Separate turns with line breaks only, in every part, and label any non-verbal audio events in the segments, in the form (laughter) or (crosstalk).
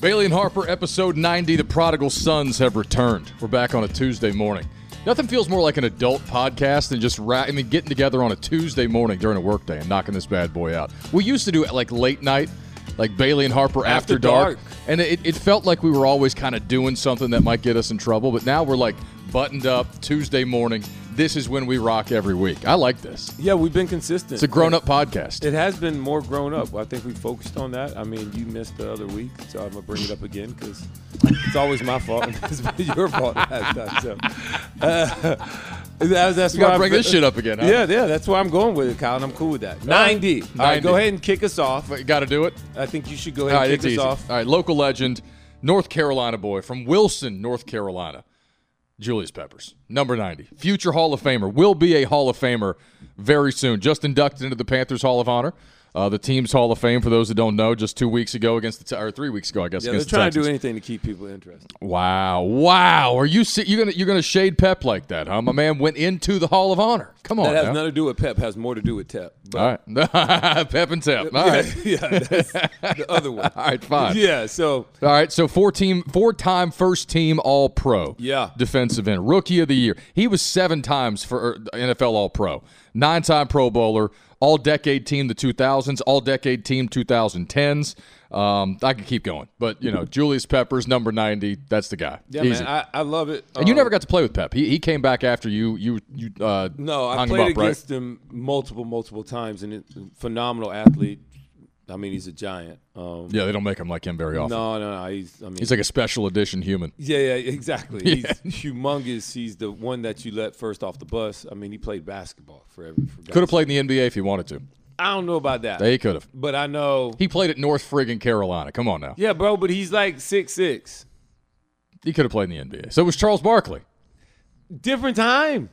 Bailey and Harper, episode 90 The Prodigal Sons have returned. We're back on a Tuesday morning. Nothing feels more like an adult podcast than just ra- I mean, getting together on a Tuesday morning during a workday and knocking this bad boy out. We used to do it like late night, like Bailey and Harper after,
After
dark.
dark.
And it, it felt like we were always kind of doing something that might get us in trouble. But now we're like buttoned up Tuesday morning. This is when we rock every week. I like this.
Yeah, we've been consistent.
It's a grown up podcast.
It has been more grown up. I think we focused on that. I mean, you missed the other week, so I'm gonna bring it up again because it's always my fault. (laughs) and It's been your fault (laughs) last time. So, uh, (laughs) that's, that's
You gotta
why I
bring
fe-
this shit up again, huh?
Yeah, yeah. That's why I'm going with it, Kyle, and I'm cool with that. Ninety. All
90.
right, go ahead and kick us off.
Got to do it.
I think you should go
All
ahead
right,
and
it's
kick us
easy.
off.
All right, local legend, North Carolina boy from Wilson, North Carolina. Julius Peppers, number 90. Future Hall of Famer, will be a Hall of Famer very soon. Just inducted into the Panthers Hall of Honor. Uh, the team's Hall of Fame, for those that don't know, just two weeks ago against the, Te- or three weeks ago, I guess.
Yeah, they're
against
trying
the
to do
Texans.
anything to keep people interested.
Wow, wow. Are you se- you're gonna you're gonna shade Pep like that, huh? My man went into the Hall of Honor. Come on,
That has
now.
nothing to do with Pep. Has more to do with Tep. But
All right, (laughs) Pep and Tep. All right,
(laughs) yeah, that's the other one.
(laughs) all right, fine.
Yeah. So
All right, so four team, four time first team All Pro.
Yeah.
defensive end, rookie of the year. He was seven times for er, NFL All Pro, nine time Pro Bowler, All Decade Team the 2000s, All Decade Team 2010s. Um, I could keep going, but you know, Julius Peppers, number 90. That's the guy.
yeah,
Easy.
man, I, uh, I love it.
and you never got to play with Pep. He, he came back after you. You you uh,
No, I
hung him
played
up, right?
against him multiple, multiple times, and it, phenomenal athlete. I mean, he's a giant. Um,
Yeah, they don't make him like him very often.
no, no, no. He's, I mean,
He's like a special edition human.
yeah,
(laughs)
yeah, exactly. He's humongous. He's the one that you let first off the bus. I mean, he played basketball forever. For
Could have
guys.
played in the NBA if he wanted to.
I don't know about that,
They could have.
but I know.
He played at North friggin' Carolina. Come on now.
Yeah, bro, but he's like six six.
He could have played in the NBA. So it was Charles Barkley. (laughs)
Different time.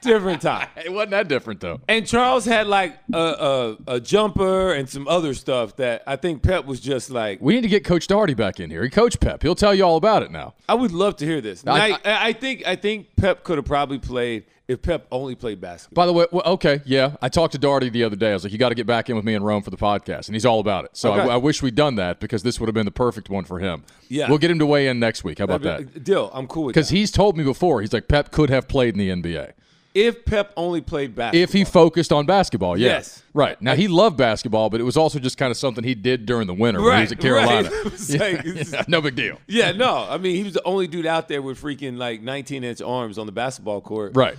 Different time.
It wasn't that different though.
And Charles had like a, a a jumper and some other stuff that I think Pep was just like.
We need to get Coach Doherty back in here. He coached Pep. He'll tell you all about it now.
I would love to hear this.
I-
I, I, I think I think Pep could have probably played if Pep only played basketball.
By the way, well, okay, yeah, I talked to Doherty the other day. I was like, "You got to get back in with me in Rome for the podcast," and he's all about it. So I,
Okay.
I wish we'd done that because this would have been the perfect one for him.
Yeah.
we'll get him to weigh in next week. How about that?
Deal. I'm cool with
Because
that.
he's told me before, he's like, Pep could have played in the NBA
If Pep only played basketball,
if he focused on basketball. Yeah.
Yes.
right. Now he loved basketball, but it was also just kind of something he did during the winter when he was at
(laughs)
Carolina.
It was
(laughs)
like-
Yeah, no big deal.
yeah, no. I mean, he was the only dude out there with freaking like 19 inch arms on the basketball court.
Right.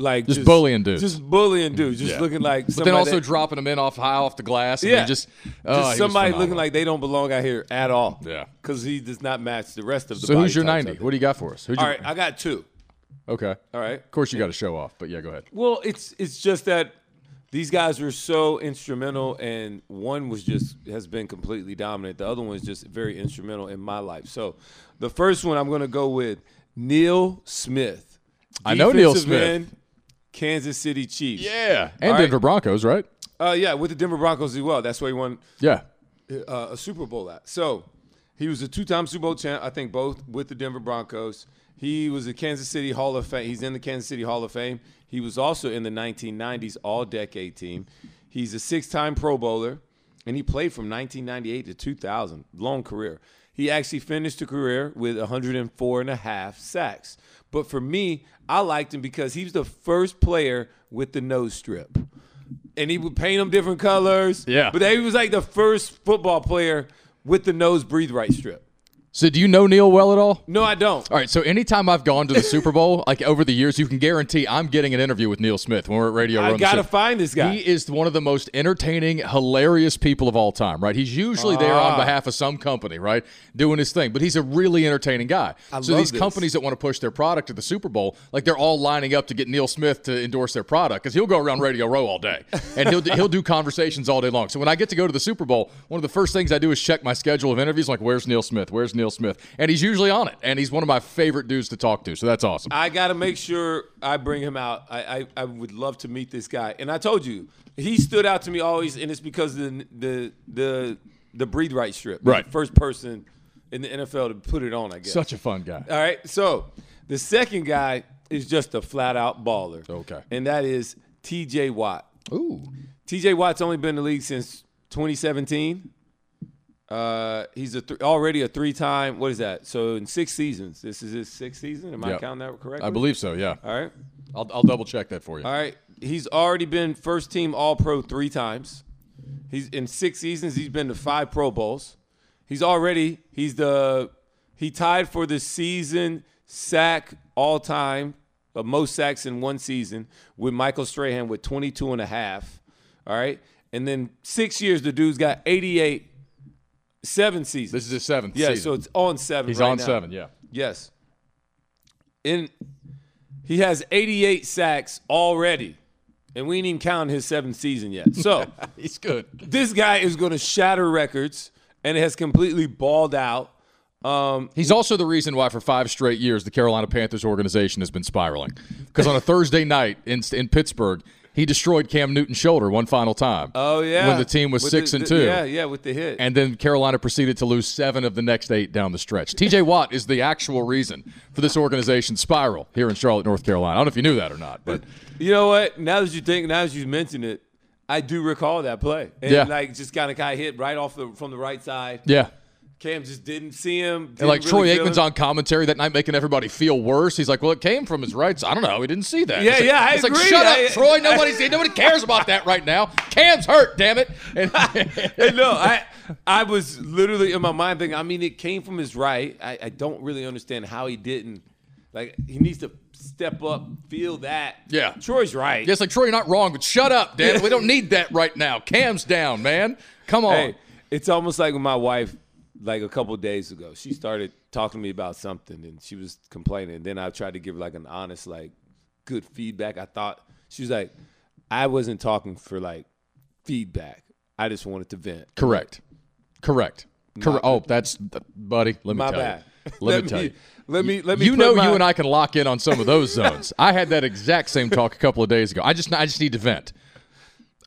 Like
Just bullying dudes.
Just bullying dudes. Just
Yeah.
looking like.
But then
somebody
also
that-
dropping them in off high off the glass. And
Yeah.
then just, oh, he
just
was
somebody
phenomenal.
looking like they don't belong out here at all.
Yeah.
Because he does not match the rest of the.
So
body
who's your
types out
ninety?
there.
What do you got for us? Who'd
All
you-
right, I got two.
Okay.
All right.
Of course, you got to show off, but yeah, go ahead.
Well, it's it's just that these guys were so instrumental, and one was just has been completely dominant. The other one is just very instrumental in my life. So, the first one I'm going to go with Neil Smith.
I know Neil
Defensive
Smith.
end, Kansas City Chiefs.
And
All right.
Denver Broncos, right?
Uh, yeah, with the Denver Broncos as well. That's where he won
Yeah.
uh, a Super Bowl at. So he was a two-time Super Bowl champ, I think, both with the Denver Broncos. He was a Kansas City Hall of Fame. He's in the Kansas City Hall of Fame. He was also in the 1990s All-Decade Team. He's a six-time Pro Bowler, and he played from 1998 to 2000. Long career. He actually finished the career with 104 and a half sacks. But for me, I liked him because he was the first player with the nose strip and he would paint them different colors.
Yeah.
But he was like the first football player with the nose breathe right strip.
So do you know Neil well at all?
No, I don't.
All right. So anytime I've gone to the Super Bowl, like over the years, you can guarantee I'm getting an interview with Neil Smith when we're at Radio Row
(laughs) I
on the
gotta
show.
find this guy.
He is one of the most entertaining, hilarious people of all time, right? He's usually there
Ah.
on behalf of some company, right? Doing his thing, but he's a really entertaining guy. so
love
these
this.
companies that want to push their product to the Super Bowl, like they're all lining up to get Neil Smith to endorse their product because he'll go around Radio Row all day and he'll he'll do conversations all day long. So when I get to go to the Super Bowl, one of the first things I do is check my schedule of interviews. Like, where's Neil Smith? Where's Neil Smith? And he's usually on it, and he's one of my favorite dudes to talk to. So that's awesome.
I gotta make sure I bring him out. I, I I would love to meet this guy. And I told you, he stood out to me always, and it's because of the the the the breathe right strip.
Right.
The first person in the NFL to put it on, I guess.
Such a fun guy.
All right. So the second guy is just a flat out baller.
Okay.
And that is TJ Watt.
Ooh.
TJ Watt's only been in the league since 2017. Uh, he's a th- already a three-time. What is that? So in six seasons, this is his sixth season. Am I
Yep.
counting that correctly?
I believe so. Yeah,
All right,
I'll, I'll double check that for you.
all right. He's already been first-team All-Pro three times. He's in six seasons. He's been to five Pro Bowls. He's already he's the he tied for the season sack all time, uh, most sacks in one season with Michael Strahan with 22 and a half. All right, and then six years the dude's got 88, seven seasons.
This is his seventh
Yeah,
season.
so it's on seven.
He's
right
on
now.
seven. Yeah,
Yes. In he has 88 sacks already, and we ain't even counting his seventh season yet. (laughs) So
he's good.
this guy is going to shatter records, and has completely balled out. Um,
He's also the reason why, for five straight years, the Carolina Panthers organization has been spiraling. Because on a Thursday night in in Pittsburgh, he destroyed Cam Newton's shoulder one final time.
oh yeah,
when the team was
With
six
the-
and
the-
two.
Yeah, yeah, with the hit.
and then Carolina proceeded to lose seven of the next eight down the stretch. TJ Watt is the actual reason for this organization's spiral here in Charlotte, North Carolina. I don't know if you knew that or not, but
You know what? Now that you think, now that you mentioned it, I do recall that play. And
Yeah.
like just kind of got hit right off the from the right side.
yeah.
Cam just didn't see him.
And like
didn't really
Troy
feel
Aikman's
him.
on commentary that night, making everybody feel worse. He's like, "Well, it came from his right. side. I don't know. We didn't see that."
Yeah,
it's like,
yeah, I
it's
agree.
like, shut
I-
up,
(laughs)
Troy. Nobody, nobody cares about that right now. Cam's hurt. Damn it. And (laughs)
Hey, no, I I was literally in my mind thinking. I mean, it came from his right. I, I don't really understand how he didn't. Like he needs to step up, feel that.
Yeah.
Troy's right.
it's like Troy, you're not wrong, but shut up, damn it. We don't need that right now. Cam's down, man. Come on.
Hey, it's almost like when my wife, like a couple days ago, she started talking to me about something and she was complaining. And then I tried to give her like an honest, like good feedback. I thought she was like, I wasn't talking for like feedback. I just wanted to vent.
Correct. Correct. Correct. Oh, that's buddy. Let me
My
tell
bad.
you. Let, me tell you.
(laughs) Let me let me.
You
put
know,
my-
you and I can lock in on some of those zones. I had that exact same talk a couple of days ago. I just, I just need to vent.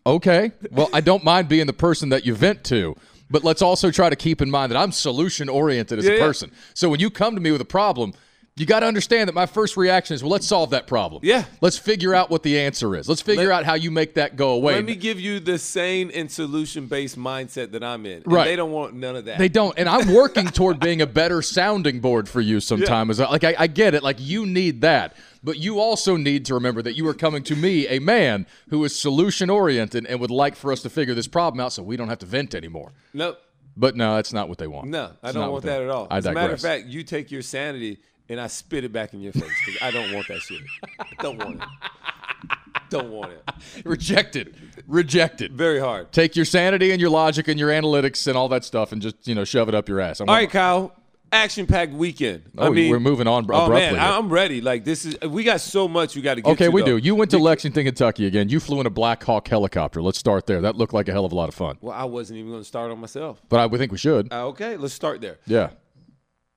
Okay. Well, I don't mind being the person that you vent to, but let's also try to keep in mind that I'm solution oriented as a
Yeah, yeah.
person. So when you come to me with a problem, you got to understand that my first reaction is, well, let's solve that problem.
Yeah.
Let's figure out what the answer is. Let's figure out how you make that go away.
Let me give you the sane and solution based mindset that I'm in. And
Right.
They don't want none of that.
They don't, and I'm working toward being a better sounding board for you. Sometime as I, like I, I get it, like you need that, but you also need to remember that you are coming to me, a man who is solution oriented and would like for us to figure this problem out, so we don't have to vent anymore.
no,
But no, that's not what they want.
no, I
It's
don't
not
want
what they-
that at all.
I
As a matter of
digress.
fact, you take your sanity and I spit it back in your face because I don't want that shit. Don't want it. Don't want it.
rejected, rejected.
Very hard.
Take your sanity and your logic and your analytics and all that stuff, and just you know shove it up your ass. I'm
All right, Kyle. Action packed weekend. I
Oh,
mean,
we're moving on
Oh
abruptly.
man,
here.
I- I'm ready. Like this is we got so much we got to get.
Okay,
to,
we do.
though.
You went to Lexington, Kentucky again. You flew in a Black Hawk helicopter. Let's start there. That looked like a hell of a lot of fun.
Well, I wasn't even going to start on myself.
But I would think we should.
Uh, okay, let's start there.
Yeah.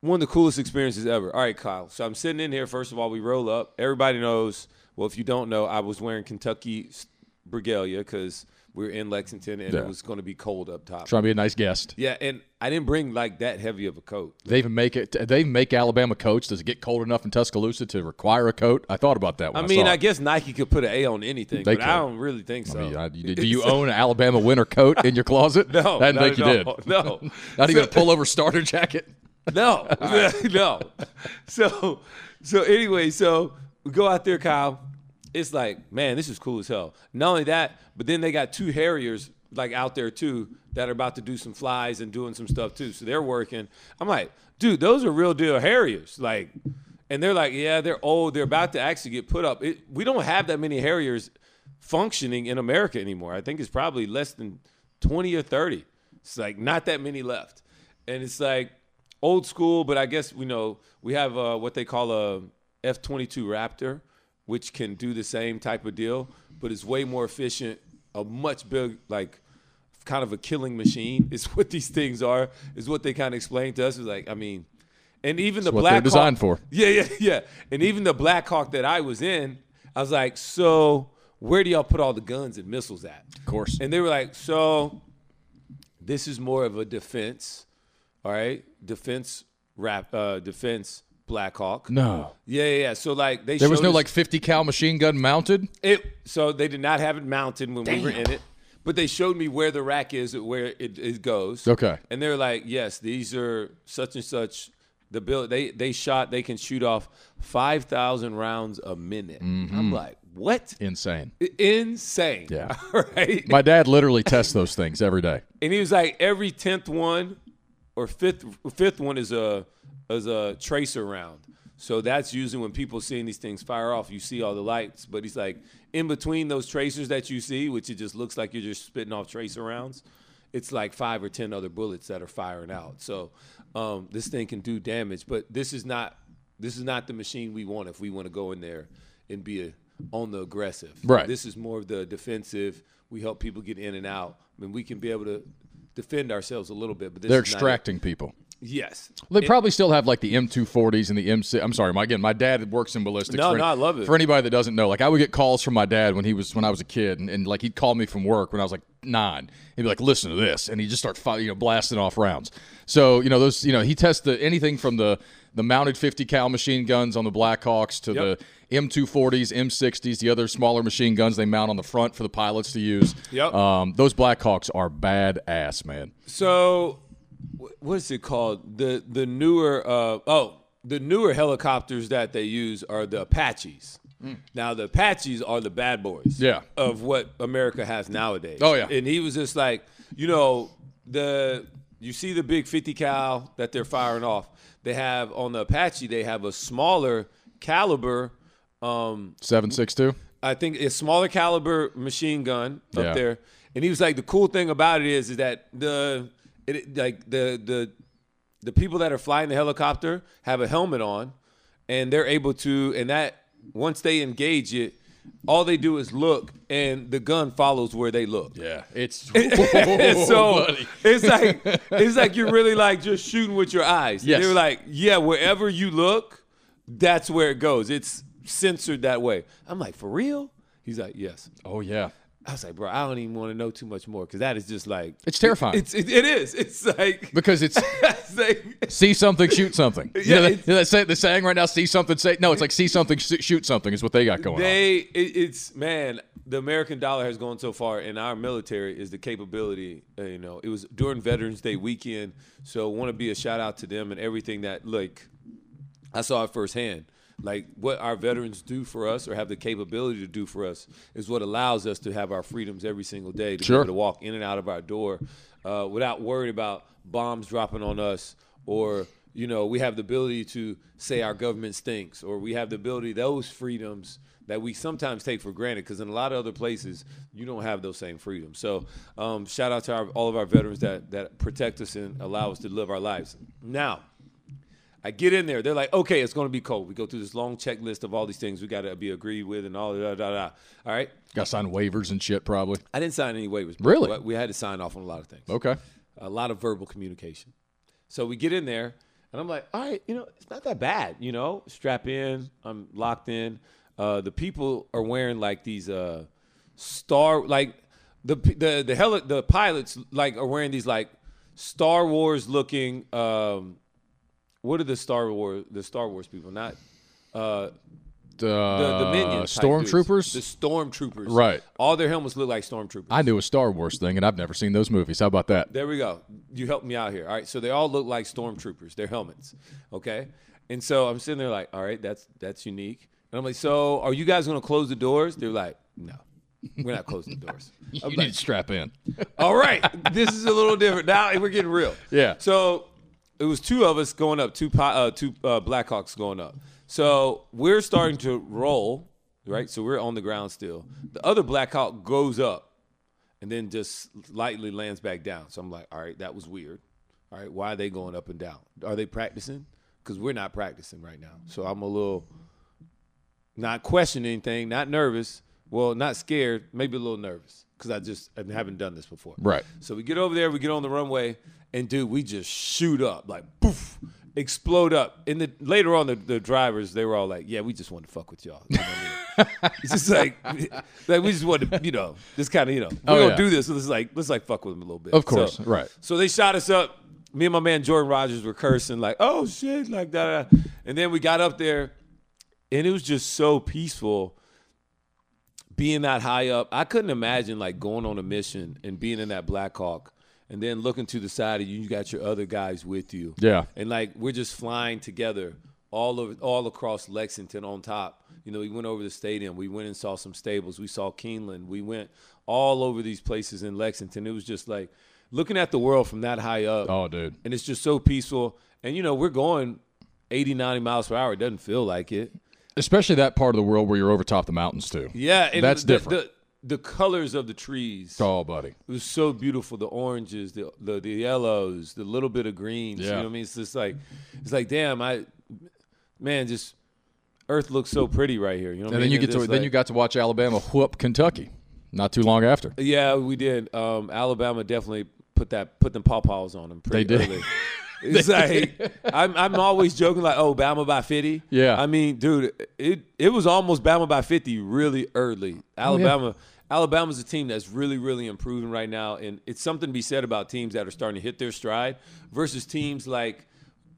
one of the coolest experiences ever. All right, Kyle. So I'm sitting in here. First of all, we roll up. Everybody knows. Well, if you don't know, I was wearing Kentucky s- regalia because we were in Lexington and
Yeah.
it was going to be cold up top.
Trying to be a nice guest.
Yeah, and I didn't bring like that heavy of a coat.
They even make it. They even make Alabama coats. Does it get cold enough in Tuscaloosa to require a coat? I thought about that.
I
When I,
mean,
saw
I
it.
guess Nike could put an A on anything,
They
but I
could.
don't really think so.
I
(laughs)
mean, I- do you own an Alabama winter coat in your closet?
no,
I didn't
not
think you
at
did.
all.
(laughs)
No,
Not even a
(laughs)
pullover starter jacket.
No, (laughs) no. So, so anyway, so we go out there, Kyle. It's like, man, this is cool as hell. Not only that, but then they got two Harriers like out there too that are about to do some flies and doing some stuff too. So they're working. I'm like, dude, those are real deal Harriers. Like, and they're like, yeah, they're old. They're about to actually get put up. It, we don't have that many Harriers functioning in America anymore. I think it's probably less than 20 or 30. It's like not that many left. And it's like old school, but I guess we know we have uh, what they call a F 22 Raptor, which can do the same type of deal, but it's way more efficient, a much big, like, kind of a killing machine (laughs) is what these things are, is what they kind of explained to us. It's like, I mean, and even the
what
Black
they're designed
Hawk,
for.
(laughs) yeah, yeah, yeah. And even the Black Hawk that I was in, I was like, so where do y'all put all the guns and missiles at? Of
course.
And they were like, so this is more of a defense, all right? Defense rap, uh, defense Black Hawk.
No.
Yeah, yeah, yeah. So like they
There was
showed
no
us-
like 50 cal machine gun mounted.
it. So they did not have it mounted when we were in it. But they showed me where the rack is, where it, it goes.
Okay.
And they're like, yes, these are such and such. The bill they they shot, they can shoot off five thousand rounds a minute. I'm like, what?
Insane.
I- Insane.
Mm-hmm. Yeah.
(laughs) right.
My dad literally tests those things every day.
And he was like, every tenth one or fifth fifth one is a is a tracer round. So that's usually when people seeing these things fire off, you see all the lights. But he's like, in between those tracers that you see, which it just looks like you're just spitting off tracer rounds, it's like five or ten other bullets that are firing out. So um, this thing can do damage. But this is not this is not the machine we want if we want to go in there and be a, on the aggressive.
Right.
This is more of the defensive. We help people get in and out. I mean, we can be able to defend ourselves a little bit, but this
They're
is not it.
extracting people.
Yes.
They probably still have like the M240s and the MC. I'm sorry, my again, my dad works in ballistics.
No,
for,
no, I love it.
For anybody that doesn't know, like I would get calls from my dad when he was when I was a kid, and, and like he'd call me from work when I was like nine. He'd be like, "Listen to this," and he'd just start fi- you know blasting off rounds. So you know those you know he tests the anything from the the mounted 50 cal machine guns on the Blackhawks to
Yep.
the M240s, M60s, the other smaller machine guns they mount on the front for the pilots to use.
Yep.
Um, those Blackhawks are badass, man.
So, wh- what is it called? The the newer uh, oh the newer helicopters that they use are the Apaches. Now the Apaches are the bad boys.
Mm. Yeah.
Of what America has nowadays.
Oh, yeah.
And he was just like, you know, the you see the big 50 cal that they're firing off. They have on the Apache. They have a smaller caliber. Um,
Seven six two.
I think a smaller caliber machine gun up
Yeah.
there. And he was like, the cool thing about it is, is that the it- it, like the the the people that are flying the helicopter have a helmet on, and they're able to and that once they engage it, all they do is look, and the gun follows where they look.
Yeah, (laughs)
(laughs)
it's
And
(laughs)
so
buddy.
it's like it's like you're really like just shooting with your eyes.
Yes.
They're like, yeah, wherever you look, that's where it goes. It's censored that way. I'm like, for real? He's like, yes.
Oh yeah,
I was like, bro, I don't even want to know too much more because that is just like
it's terrifying
it's it, it is. It's like, (laughs)
because it's
it's like
see something, shoot something.
(laughs) Yeah,
you know, that,
it's-
you know that say, the saying right now, see something, say no. It's like see something, sh- shoot something is what they got going on.
they it, it's man the american dollar has gone so far and our military is the capability uh, you know it was during veterans day weekend so want to be a shout out to them and everything that like i saw it firsthand like what our veterans do for us or have the capability to do for us is what allows us to have our freedoms every single day to be
Sure.
able to walk in and out of our door uh, without worrying about bombs dropping on us or you know we have the ability to say our government stinks or we have the ability those freedoms that we sometimes take for granted because in a lot of other places you don't have those same freedoms so um, shout out to our, all of our veterans that, that protect us and allow us to live our lives now I get in there. They're like, okay, it's going to be cold. We go through this long checklist of all these things we got to be agreed with and all da da da. da. All right.
Got to sign waivers and shit, probably.
I didn't sign any waivers. but
Really?
We had to sign off on a lot of things.
Okay.
A lot of verbal communication. So we get in there, and I'm like, all right, you know, it's not that bad. You know, strap in. I'm locked in. Uh, the people are wearing like these uh, star like the the the heli- the pilots like are wearing these like Star Wars looking. Um, what are the Star Wars the Star Wars people? Not uh, the,
Uh,
the minions. type dudes.
stormtroopers.
The stormtroopers.
Right.
All their helmets look like stormtroopers.
I knew a Star Wars thing, and I've never seen those movies. How about that?
There we go. You helped me out here. All right. So they all look like stormtroopers. Their helmets. Okay. And so I'm sitting there like, all right, that's that's unique. And I'm like, so are you guys gonna close the doors? They're like, no, we're not closing the doors.
(laughs) You
I'm
need
like,
to strap
(laughs)
in.
all right, this is a little different. Now we're getting real.
Yeah.
So it was two of us going up, two pi- uh, two uh, Blackhawks going up. So we're starting to roll, right? So we're on the ground still. The other Blackhawk goes up and then just lightly lands back down. So I'm like, all right, that was weird. All right, why are they going up and down? Are they practicing? Because we're not practicing right now. So I'm a little not questioning anything, not nervous. Well, not scared, maybe a little nervous because I just I haven't done this before.
Right.
So we get over there, we get on the runway, and dude, we just shoot up like poof, explode up. And the, later on, the, the drivers they were all like, "Yeah, we just wanted to fuck with y'all." You know what
(laughs)
I mean? it's just like, (laughs) like we just wanted, to, you know, just kind of, you know, we
Oh,
don't
yeah.
do this. So this is like, let's like fuck with them a little bit.
Of course,
So-
right.
so they shot us up. Me and my man Jordan Rogers were cursing like, "Oh shit!" like that. And then we got up there, and it was just so peaceful. being that high up, I couldn't imagine like going on a mission and being in that Black Hawk and then looking to the side and you got your other guys with you.
Yeah.
And like we're just flying together all over all across Lexington on top. You know, we went over the stadium, we went and saw some stables, we saw Keeneland, we went all over these places in Lexington. It was just like looking at the world from that high up.
Oh, dude.
And it's just so peaceful. And you know, we're going 80, 90 miles per hour. It doesn't feel like it.
Especially that part of the world where you're over top the mountains too.
Yeah, and
That's
the,
different.
The, the colors of the trees.
Oh, buddy.
It was so beautiful. The oranges, the, the the yellows, the little bit of greens. You know
Yeah.
what I mean? It's just like it's like damn, I man, just Earth looks so pretty right here. You know what
And
I mean?
then you get
It's
to
just
then you
like-
got to watch Alabama whoop Kentucky not too long after.
Yeah, we did. Um, Alabama definitely put that put them pawpaws on them pretty
They did. (laughs)
early. It's like I'm I'm always joking like, oh, Bama by fifty.
Yeah.
I mean, dude, it it was almost Bama by fifty really
Oh,
early. Alabama Alabama's a team that's really, really improving right now. And it's something to be said about teams that are starting to hit their stride versus teams like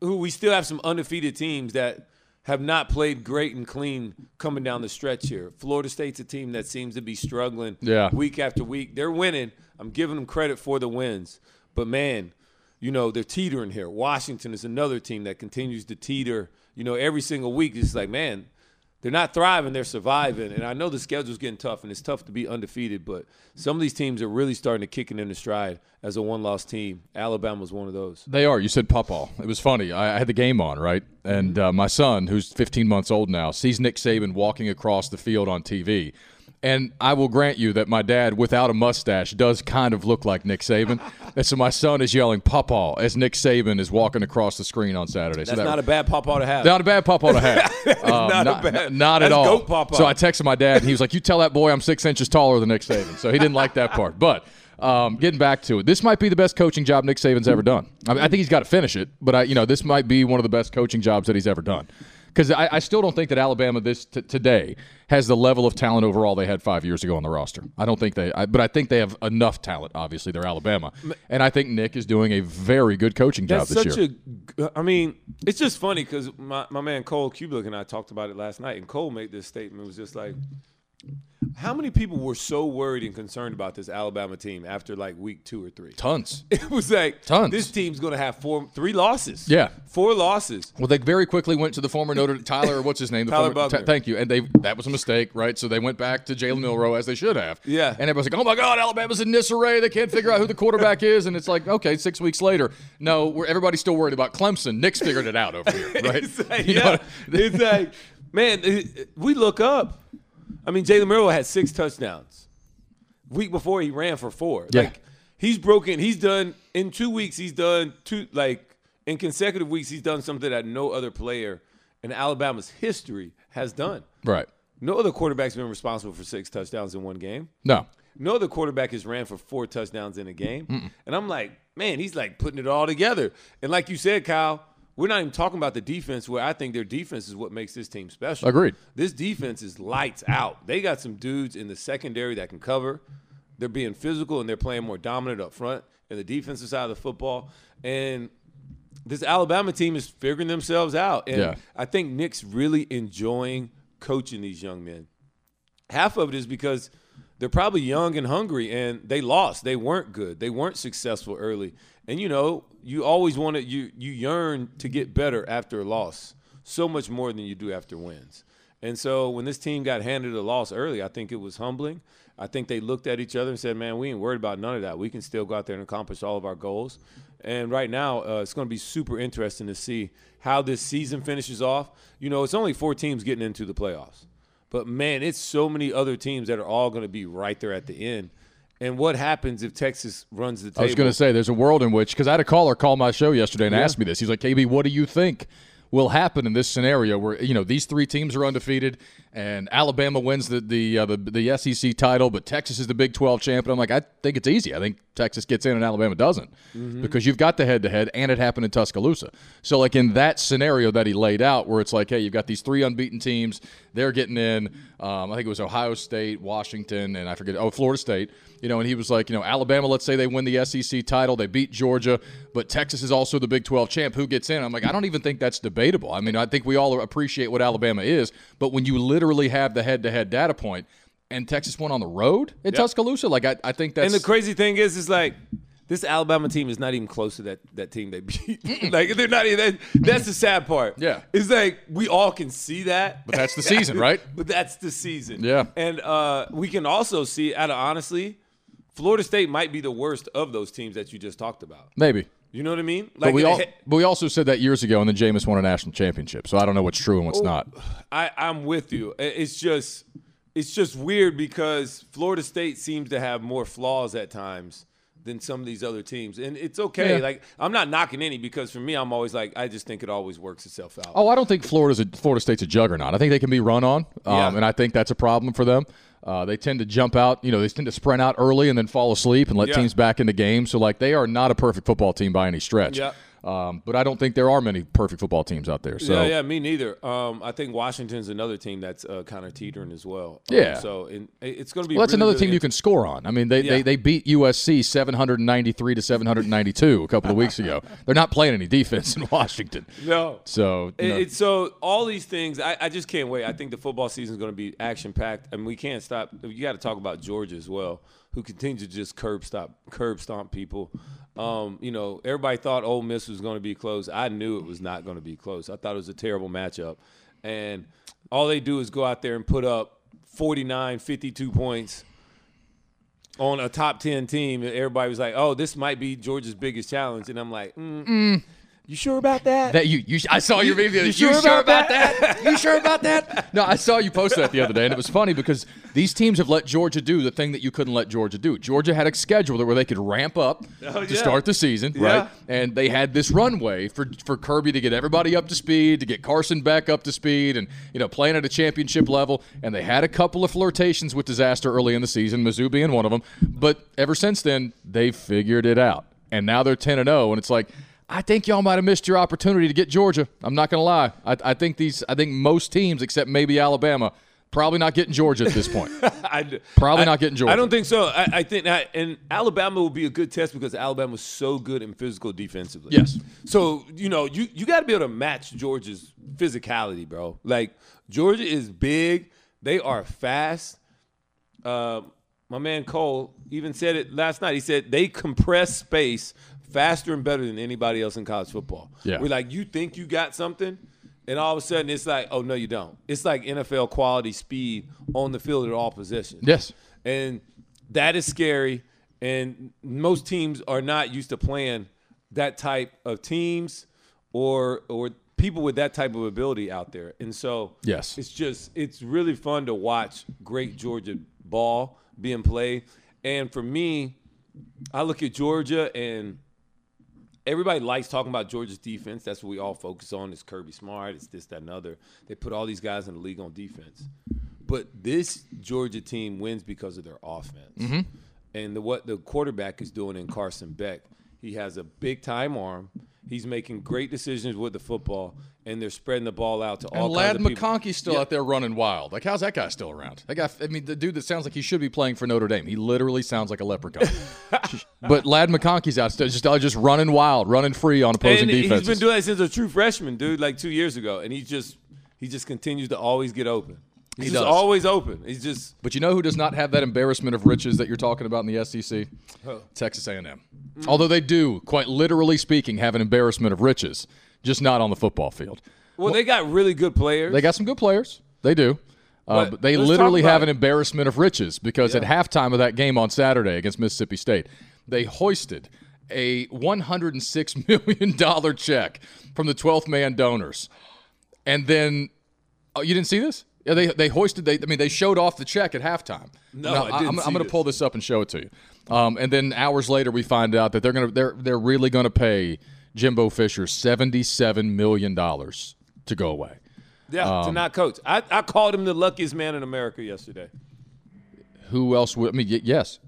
who we still have some undefeated teams that have not played great and clean coming down the stretch here. Florida State's a team that seems to be struggling
Yeah.
week after week. They're winning. I'm giving them credit for the wins. But man, you know, they're teetering here. Washington is another team that continues to teeter, you know, every single week. It's like, man, they're not thriving, they're surviving. And I know the schedule's getting tough and it's tough to be undefeated, but some of these teams are really starting to kick it in the stride as a one loss team. Alabama's one of those.
They are. You said pawpaw. It was funny. I, I had the game on, right?
Mm-hmm.
And uh, my son, who's 15 months old now, sees Nick Saban walking across the field on TV. And I will grant you that my dad, without a mustache, does kind of look like Nick
(laughs)
Saban. and so my son is yelling pawpaw as Nick Saban is walking across the screen on Saturday. so
That's
that,
not a bad pawpaw to have.
not a bad pawpaw to
(laughs)
have. Um,
a
not,
bad-
not- not at
that's
all.
goat pawpaw.
So I texted my dad, and he was like, "You tell that boy I'm six inches taller than Nick Saban." So he didn't like that part. But um, getting back to it, this might be the best coaching job Nick Saban's ever done. I, mean, I think he's got to finish it, but I, you know, this might be one of the best coaching jobs that he's ever done. Because I, I still don't think that Alabama this t- today has the level of talent overall they had five years ago on the roster. I don't think they, I, but I think they have enough talent. Obviously, they're Alabama, and I think Nick is doing a very good coaching job
That's
this
such
year.
a. g- I mean, it's just funny because my, my man Cole Kubelik and I talked about it last night, and Cole made this statement. It was just like, how many people were so worried and concerned about this Alabama team after like week two or three? (laughs)
Tons.
It was like,
Tons.
this team's going to have four, three losses.
Yeah.
Four losses.
Well, they very quickly went to the former
(laughs)
Notre Tyler, what's his name? The
Tyler
former,
Buckner.
thank you. And they that was a mistake, right? So they went back to Jalen Milrow as they should have.
Yeah.
And everybody's like, "Oh my God, Alabama's in disarray. They can't figure out who the quarterback is." And it's like, okay, six weeks later, no, we're, everybody's still worried about Clemson. Nick's figured it out over
(laughs)
here, (laughs) right?
It's like,
You know
yeah.
what-
it's like, man, it- it- we look up. I mean, Jalen Murrow had six touchdowns. Week before he ran for four.
Yeah.
Like he's broken. He's done in two weeks. He's done two like in consecutive weeks. He's done something that no other player in Alabama's history has done.
right.
No other quarterback's been responsible for six touchdowns in one game.
No.
No other quarterback has ran for four touchdowns in a game. And I'm like, man, he's like putting it all together. And like you said, Kyle, we're not even talking about the defense where I think their defense is what makes this team special.
Agreed.
This defense is lights out. They got some dudes in the secondary that can cover. They're being physical and they're playing more dominant up front in the defensive side of the football. And this Alabama team is figuring themselves out. And
Yeah.
I think Nick's really enjoying coaching these young men half of it is because they're probably young and hungry and they lost they weren't good they weren't successful early and you know you always want to you you yearn to get better after a loss so much more than you do after wins and so when this team got handed a loss early i think it was humbling i think they looked at each other and said man we ain't worried about none of that we can still go out there and accomplish all of our goals and right now uh, it's going to be super interesting to see how this season finishes off you know it's only four teams getting into the playoffs but man, it's so many other teams that are all going to be right there at the end. And what happens if Texas runs the table?
I was going to say there's a world in which because I had a caller call my show yesterday and asked me this. He's like, "KB, what do you think will happen in this scenario where you know these three teams are undefeated and Alabama wins the the uh, the, the SEC title, but Texas is the Big 12 champion?" I'm like, "I think it's easy. I think Texas gets in and Alabama doesn't because you've got the head to head and it happened in Tuscaloosa. So like in that scenario that he laid out, where it's like, hey, you've got these three unbeaten teams, they're getting in. Um, I think it was Ohio State, Washington, and I forget. Oh, Florida State. You know, and he was like, you know, Alabama. Let's say they win the SEC title, they beat Georgia, but Texas is also the Big 12 champ. Who gets in? I'm like, I don't even think that's debatable. I mean, I think we all appreciate what Alabama is, but when you literally have the head to head data point. and Texas won on the road in Tuscaloosa. Like I, I think that's
And the crazy thing is, is like this Alabama team is not even close to that that team they beat. (laughs) like they're not even. That, that's the sad part.
Yeah.
it's like we all can see that.
But that's the
(laughs)
season, right?
But that's the season.
Yeah.
and uh, we can also see, out of honestly, Florida State might be the worst of those teams that you just talked about.
maybe.
You know what I mean? Like
But we,
they
all,
hit-
but we also said that years ago, and then Jameis won a national championship. So I don't know what's true and
Oh,
what's not.
I, I'm with you. I- It's just it's just weird because Florida State seems to have more flaws at times than some of these other teams. And it's okay.
Yeah.
Like I'm not knocking any because for me I'm always like I just think it always works itself out.
Oh, I don't think Florida's a, Florida State's a juggernaut. I think they can be run on, um,
Yeah.
and I think that's a problem for them. Uh, they tend to jump out, you know, they tend to sprint out early and then fall asleep and let
Yeah.
teams back in the game. So like they are not a perfect football team by any stretch.
Yeah.
Um, but I don't think there are many perfect football teams out there. So
yeah, yeah, me neither. Um, I think Washington's another team that's uh, kind of teetering as well. Um,
Yeah.
so and it- it's going to be.
Well, that's
really,
another
really
team you can score on. I mean, they, they,
Yeah.
they beat USC 793 to 792 a couple of weeks
(laughs)
ago. They're not playing any defense in Washington.
interesting. No.
So, you
It-
know,
It's so all these things. I, I just can't wait. I think the football season is going to be action packed, and we can't stop. You got to talk about Georgia as well, who continues to just curb stop, curb stomp people. Um, you know, everybody thought Ole Miss was going to be close. I knew it was not going to be close. I thought it was a terrible matchup, and all they do is go out there and put up 49, 52 points on a top 10 team and everybody was like oh this might be georgia's biggest challenge and i'm like mm, you sure about that
that you, you I saw your video. You, sure, about that? you sure about that? No, I saw you post that the other day, and it was funny because these teams have let Georgia do the thing that you couldn't let Georgia do. Georgia had a schedule where they could ramp up
Oh,
to
yeah.
start the season, right? And they had this runway for for Kirby to get everybody up to speed, to get Carson back up to speed, and you know playing at a championship level. And they had a couple of flirtations with disaster early in the season, Mizzou being one of them. But ever since then, they've figured it out, and now they're ten and zero, and it's like. I think y'all might have missed your opportunity to get Georgia. I'm not going to lie. I, I think these. I think most teams, except maybe Alabama, probably not getting Georgia at this point.
(laughs) I d-
Probably
I-
not getting Georgia.
I don't think so. I, I think that, and Alabama will be a good test because Alabama's so good in physical defensively.
Yes.
So you know you you got to be able to match Georgia's physicality, bro. Like Georgia is big. They are fast. Uh, my man Cole even said it last night. He said they compress space faster and better than anybody else in college football.
Yeah.
We're like, you think you got something, and all of a sudden it's like, oh no, you don't. It's like NFL quality speed on the field at all positions.
Yes.
And that is scary. And most teams are not used to playing that type of teams or or people with that type of ability out there. And so
Yes.
it's just it's really fun to watch great Georgia ball being played. And for me, I look at Georgia and everybody likes talking about Georgia's defense. That's what we all focus on. It's Kirby Smart. It's this, that, and other. They put all these guys in the league on defense. But this Georgia team wins because of their offense.
Mm-hmm.
And the, what the quarterback is doing in Carson Beck, he has a big time arm. He's making great decisions with the football, and they're spreading the ball out to all
And Lad
kinds of people.
McConkey's still out there running wild. Like, how's that guy still around? That guy, I mean, the dude that sounds like he should be playing for Notre Dame. He literally sounds like a
(laughs)
leprechaun. but Lad McConkey's out still, just, uh, just running wild, running free on opposing
And
defenses.
he's been doing that since a true freshman, dude, like two years ago, and he just he just continues to always get open. He's
He
just
does.
always open. He's just
but you know who does not have that embarrassment of riches that you're talking about in the SEC? Texas A&M.
Mm.
Although they do, quite literally speaking, have an embarrassment of riches, just not on the football field.
Well, they got really good players.
They got some good players. They do. Uh,
But
but they
let's talk
literally
about
have
it.
an embarrassment of riches because at halftime of that game on Saturday against Mississippi State, they hoisted a $106 (laughs) million check from the 12th man donors. And then, oh, you didn't see this? Yeah, they, they hoisted, they, I mean, they showed off the check at halftime.
No, I didn't
am
see
I'm going to
this.
pull this up and show it to you. Um, and then hours later, we find out that they're going to, they're, they're really going to pay Jimbo Fisher $77 million to go away.
yeah,
Um,
to not coach. I, I called him the luckiest man in America yesterday.
Who else would? I mean, y- yes,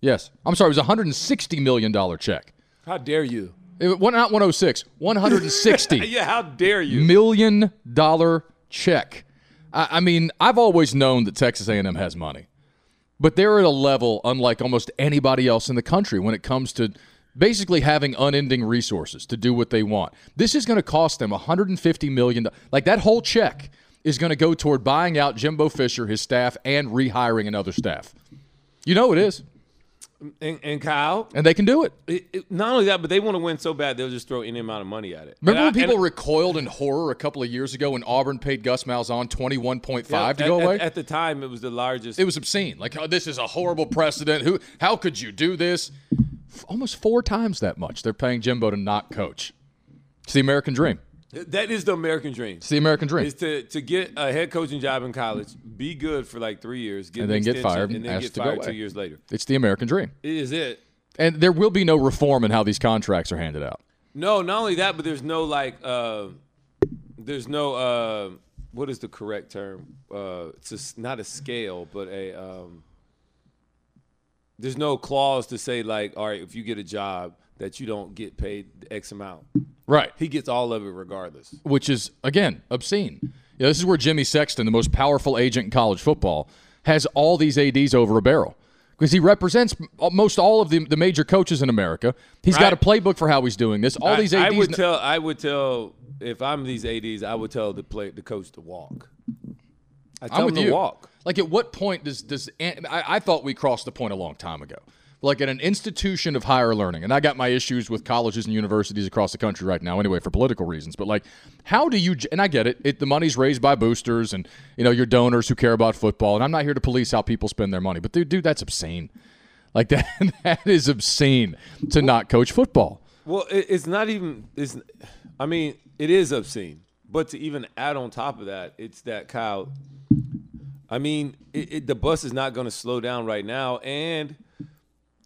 yes. I'm sorry, it was a 160 million dollar check.
How dare you?
It, was- not 106,
(laughs)
160
Yeah, how dare you?
million dollar check. I, I mean, I've always known that Texas A&M has money, but they're at a level unlike almost anybody else in the country when it comes to basically having unending resources to do what they want. This is going to cost them 150 million. do- Like that whole check. is going to go toward buying out Jimbo Fisher, his staff, and rehiring another staff. You know it is,
And, and Kyle,
and they can do it.
it, it- not only that, but they want to win so bad they'll just throw any amount of money at it.
Remember when
And I-
people
and-
recoiled in horror a couple of years ago when Auburn paid Gus Malzahn twenty one point five to
at-
go
at,
away?
At, the time, it was the largest.
it was obscene. Like, oh, this is a horrible precedent. Who? How could you do this? F- Almost four times that much they're paying Jimbo to not coach. It's the American dream.
that is the American dream.
It's the American dream.
Is to, to get a head coaching job in college, be good for like three years, get
And
an
then get
extension,
fired
and
and
then
asked
get
to go
fired
away.
two years later.
It's the American dream.
It is it.
And there will be no reform in how these contracts are handed out.
No, not only that, but there's no like, uh, there's no uh, what is the correct term? Uh, it's a s not a scale, but a um, there's no clause to say like, all right, if you get a job that you don't get paid X amount,
Right.
he gets all of it regardless.
which is again obscene. You know, this is where Jimmy Sexton, the most powerful agent in college football, has all these ads over a barrel because he represents m- most all of the, the major coaches in America. He's got a playbook for how he's doing this. All
I-
these
I,
ads,
would tell, I would tell if I'm these ads, I would tell the play the coach to walk. I tell
I'm
him
with
to
you.
walk.
Like, at what point does does I, I thought we crossed the point a long time ago? Like at an institution of higher learning, and I got my issues with colleges and universities across the country right now, anyway, for political reasons. But like, how do you? j- And I get it. it the money's raised by boosters and you know your donors who care about football. And I'm not here to police how people spend their money, but dude, dude that's obscene. Like (laughs) that, that is obscene to not coach football.
Well, it, it's not even. It's, I mean, it is obscene. But to even add on top of that, it's that Kyle. I mean, it, it, the bus is not going to slow down right now, and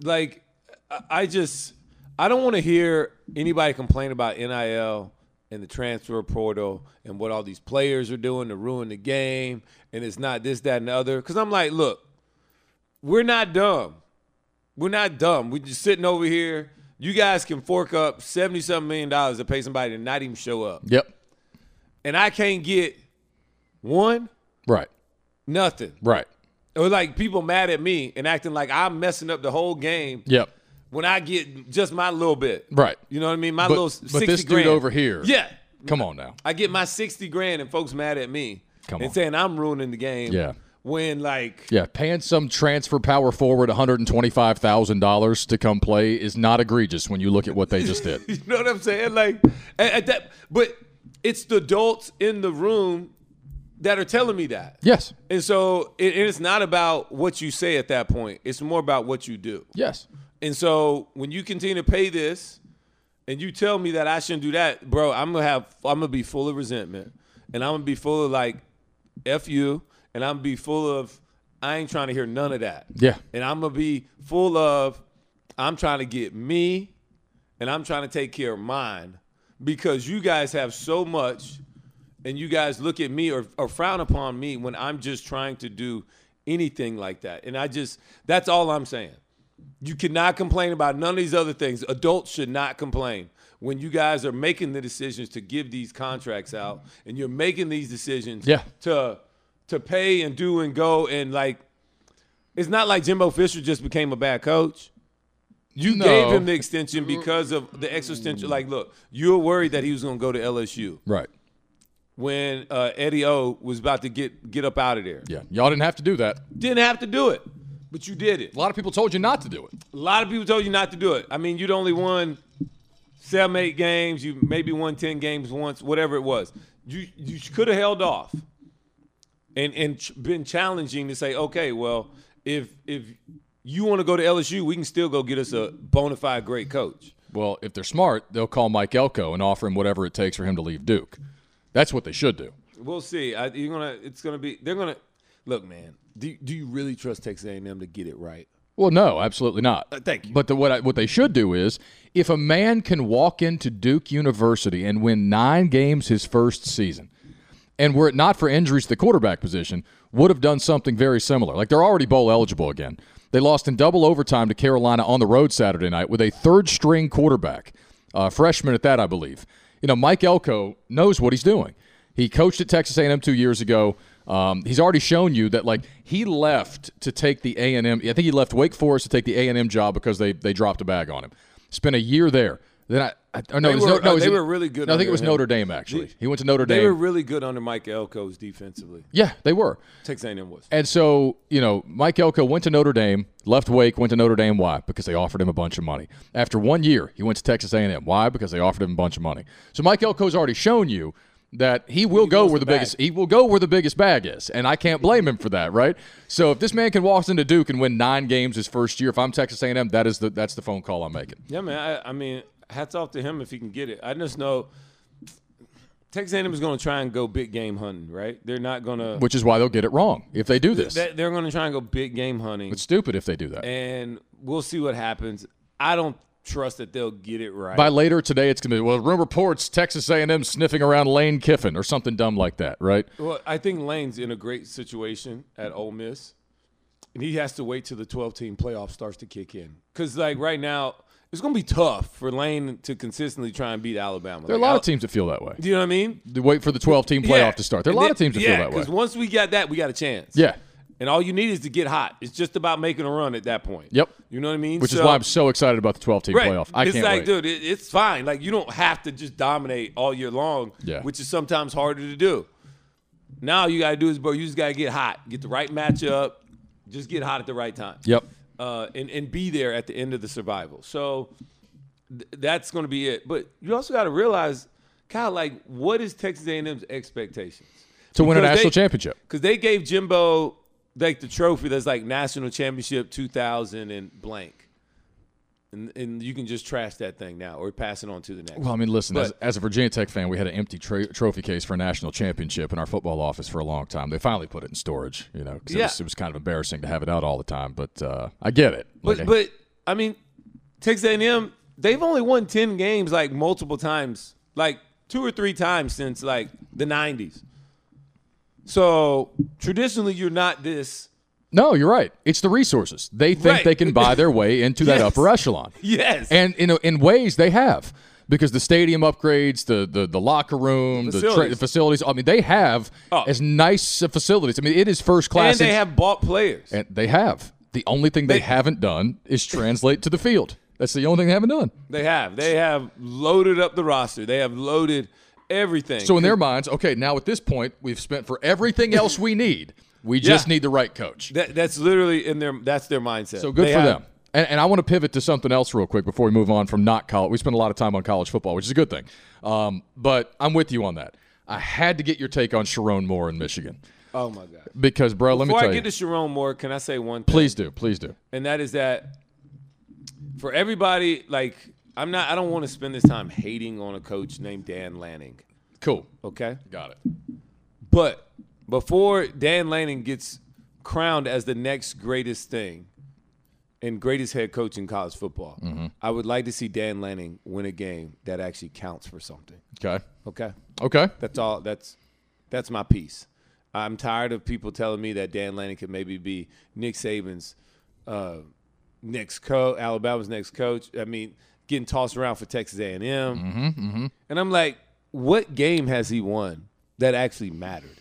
like, I, I just I don't want to hear anybody complain about NIL and the transfer portal and what all these players are doing to ruin the game, and it's not this, that, and the other. Because I'm like, look, we're not dumb. We're not dumb. We're just sitting over here. You guys can fork up seventy something million dollars to pay somebody to not even show up,
Yep.
and I can't get one
Right.
nothing.
Right.
Or like people mad at me and acting like I'm messing up the whole game
Yep.
when I get just my little bit.
Right.
You know what I mean? My
But-
little
but
sixty
this dude
grand.
over here-
Yeah,
Come on now.
I get my sixty grand and folks mad at me
Come
and
on.
saying I'm ruining the game.
Yeah.
When like
Yeah, paying some transfer power forward one hundred and twenty-five thousand dollars to come play is not egregious when you look at what they just
(laughs)
did.
You know what I'm saying? Like at, at that, but it's the adults in the room that are telling me that.
yes,
And so it, and it's not about what you say at that point. It's more about what you do.
yes,
And so when you continue to pay this, and you tell me that I shouldn't do that, bro, I'm gonna have I'm gonna be full of resentment, and I'm gonna be full of like, f you, and I'm gonna be full of I ain't trying to hear none of that.
Yeah.
and I'm gonna be full of I'm trying to get me, and I'm trying to take care of mine because you guys have so much, and you guys look at me or, or frown upon me when I'm just trying to do anything like that, and I just that's all I'm saying. You cannot complain about none of these other things. Adults should not complain when you guys are making the decisions to give these contracts out and you're making these decisions
Yeah.
to to pay and do and go and like it's not like Jimbo Fisher just became a bad coach.
you
Gave him the extension because of the existential like look, you were worried that he was going to go to LSU
right.
when uh, Eddie O was about to get get up out of there.
Yeah, y'all didn't have to do that.
Didn't have to do it, but you did it.
A lot of people told you not to do it.
A lot of people told you not to do it. I mean, you'd only won seven, eight games. You maybe won ten games once, whatever it was. You you could have held off, and and ch- been challenging to say, okay, well, if if you want to go to LSU, we can still go get us a bona fide great coach.
Well, if they're smart, they'll call Mike Elko and offer him whatever it takes for him to leave Duke. That's what they should do.
We'll see. I, you're gonna. It's gonna be. They're gonna. Look, man. Do do you really trust Texas A&M to get it right?
Well, no, absolutely not.
Uh, thank you.
But the, what I, what they should do is, if a man can walk into Duke University and win nine games his first season, and were it not for injuries to the quarterback position, would have done something very similar. Like they're already bowl eligible again. They lost in double overtime to Carolina on the road Saturday night with a third string quarterback, uh, freshman at that, I believe. You know, Mike Elko knows what he's doing. He coached at Texas A&M two years ago. Um, he's already shown you that like he left to take the A&M. I think he left Wake Forest to take the A&M job because they they dropped a bag on him. Spent a year there. Then I, I oh, no,
They
it was
were-
no, no,
uh,
it was-
they were really good
No, I think it
under
was
him.
Notre Dame actually. He went to Notre
They
Dame.
were really good under Mike Elko's defensively.
yeah, they were.
Texas A&M was.
And so, you know, Mike Elko went to Notre Dame, left Wake, went to Notre Dame. Why? Because they offered him a bunch of money. After one year, he went to Texas A&M. Why? Because they offered him a bunch of money. So Mike Elko's already shown you that he will go
wants
where
the
the
bag.
biggest he will go where the biggest bag is, and I can't blame him for that, right? So if this man can walk into Duke and win nine games his first year, if I'm Texas A&M, that is the that's the phone call I'm making.
Yeah, man. I, I mean, hats off to him if he can get it. I just know Texas A&M is going to try and go big game hunting, right? They're not going to.
Which is why they'll get it wrong if they do this.
They're going to try and go big game hunting,
It's stupid if they do that.
and we'll see what happens. I don't trust that they'll get it right.
By later today, it's gonna be well. Rumor reports Texas A&M sniffing around Lane Kiffin or something dumb like that, right?
well, I think Lane's in a great situation at Ole Miss, and he has to wait till the 12 team playoff starts to kick in. Because, like, right now, it's going to be tough for Lane to consistently try and beat Alabama.
There are a lot of teams that feel that way.
Do you know what I mean?
They wait for the 12 team playoff
Yeah.
to start. There are a
And
lot
then-
of teams that
yeah,
feel that
Because
way.
once we got that, we got a chance.
Yeah.
And all you need is to get hot. It's just about making a run at that point.
Yep.
You know what I mean?
Which is
So-
why I'm so excited about the 12 team
right.
playoff. I
it's
can't
like,
wait.
dude, it, it's fine. Like you don't have to just dominate all year long,
Yeah.
which is sometimes harder to do. Now you gotta do is, bro. You just gotta get hot, get the right matchup, just get hot at the right time.
Yep.
Uh, and and be there at the end of the survival. So th- that's gonna be it. But you also gotta realize, Kyle, like, what is Texas A&M's expectations
To win a
Because
national
they-
championship.
because they gave Jimbo like the trophy that's like national championship 2000 and blank, and and you can just trash that thing now or pass it on to the next.
Well, I mean, listen, as,
But-
as a Virginia Tech fan, we had an empty tra- trophy case for a national championship in our football office for a long time. They finally put it in storage, you know, because it,
Yeah.
was, it was kind of embarrassing to have it out all the time. But uh, I get it.
but
Like,
but I mean, Texas A&M they've only won 10 games like multiple times, like two or three times since like the 90s. So traditionally, you're not this.
no, you're right. It's the resources. They think
Right.
they can buy their way into that
(laughs) Yes.
upper echelon.
Yes.
and in in ways they have because the stadium upgrades, the the, the locker room, the, tra-
Facilities.
the facilities. I mean, they have
Oh.
as nice of facilities. I mean, it is first class.
and they have bought players.
And they have. The only thing they, haven't done is translate to the field. That's the only thing they haven't done.
They have. They have loaded up the roster. They have loaded everything.
So in their minds, okay, now at this point, we've spent for everything else we need. We just
Yeah.
need the right coach.
That, that's literally in their. That's their mindset.
So good
They
for
have-
them. And, and I want to pivot to something else real quick before we move on from not college. We spend a lot of time on college football, which is a good thing. Um, but I'm with you on that. I had to get your take on Sharon Moore in Michigan
Oh my god.
because, bro, let me
Before
tell
I
you.
get to Sharon Moore, can I say one? Thing?
please do, please do.
And that is that. For everybody, like I'm not. I don't want to spend this time hating on a coach named Dan Lanning.
Cool,
Okay.
got it.
But before Dan Lanning gets crowned as the next greatest thing and greatest head coach in college football,
Mm-hmm.
I would like to see Dan Lanning win a game that actually counts for something.
Okay,
Okay.
okay.
That's all. That's that's my piece. I'm tired of people telling me that Dan Lanning could maybe be Nick Saban's uh, next coach, Alabama's next coach. I mean, getting tossed around for Texas A&M, and I'm like, what game has he won that actually mattered?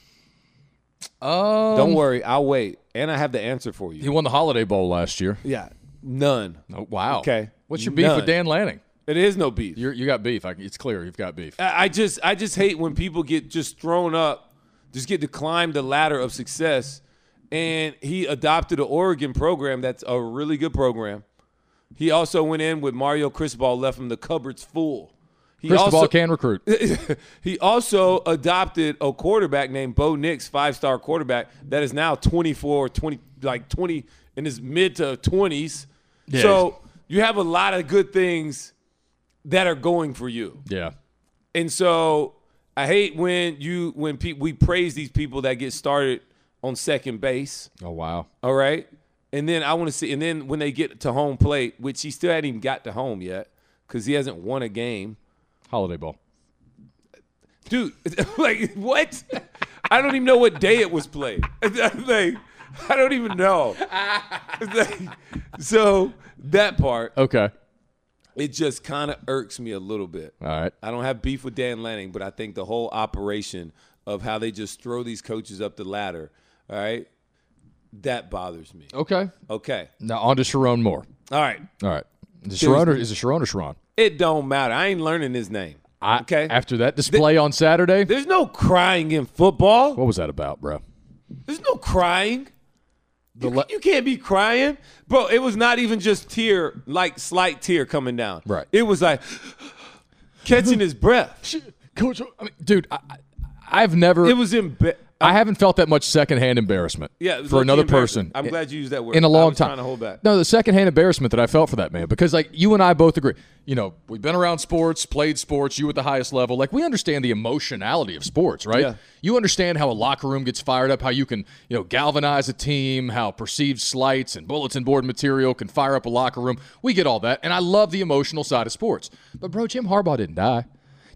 Um,
Don't worry, I'll wait, and I have the answer for
he
you.
won the Holiday Bowl last year.
Yeah, none.
Oh, wow.
Okay.
What's your beef
None.
with Dan Lanning?
It is no beef.
You're, you got beef. I, it's clear you've got beef.
I I just I just hate when people get just thrown up, just get to climb the ladder of success. And he adopted an Oregon program that's a really good program. He also went in with Mario Cristobal, left him the cupboards full. He
Cristobal
also,
can
(laughs)
recruit.
he also adopted a quarterback named Bo Nix, five star quarterback that is now 24, 20, like 20 in his mid to 20s.
Yeah.
So you have a lot of good things that are going for you.
Yeah.
And so I hate when you when pe- we praise these people that get started on second base,
Oh wow.
all right? And then I want to see and then when they get to home plate, which he still hadn't even got to home yet cuz he hasn't won a game.
Holiday Bowl.
Dude, (laughs) like what? I don't even know what day it was played. (laughs) like I don't even know. (laughs) so that part
Okay.
it just kind of irks me a little bit.
All right.
I don't have beef with Dan Lanning, but I think the whole operation of how they just throw these coaches up the ladder, all right, that bothers me.
Okay.
Okay.
Now on to Sharon Moore.
All right.
All right. Is it Sharon or, is it Sharon or Sharon?
It don't matter. I ain't learning his name.
I,
okay.
After that display on Saturday,
There's no crying in football.
what was that about, bro?
There's no crying. you,
le-
you can't be crying, bro. It was not even just tear, like slight tear coming down.
Right.
It was like (gasps) catching his breath.
Coach, I mean, dude, I, I- I've never,
It was in.
I haven't felt that much secondhand embarrassment
yeah, it was
for
low-key
another
embarrassing.
person
I'm glad you used that word
in a
I
long
was
time.
Trying to hold back.
No, the secondhand embarrassment that I felt for that man because like you and I both agree. You know, we've been around sports, played sports. You at the highest level, like we understand the emotionality of sports, right?
Yeah.
You understand how a locker room gets fired up, how you can you know galvanize a team, how perceived slights and bulletin board material can fire up a locker room. We get all that, and I love the emotional side of sports. But bro, Jim Harbaugh didn't die.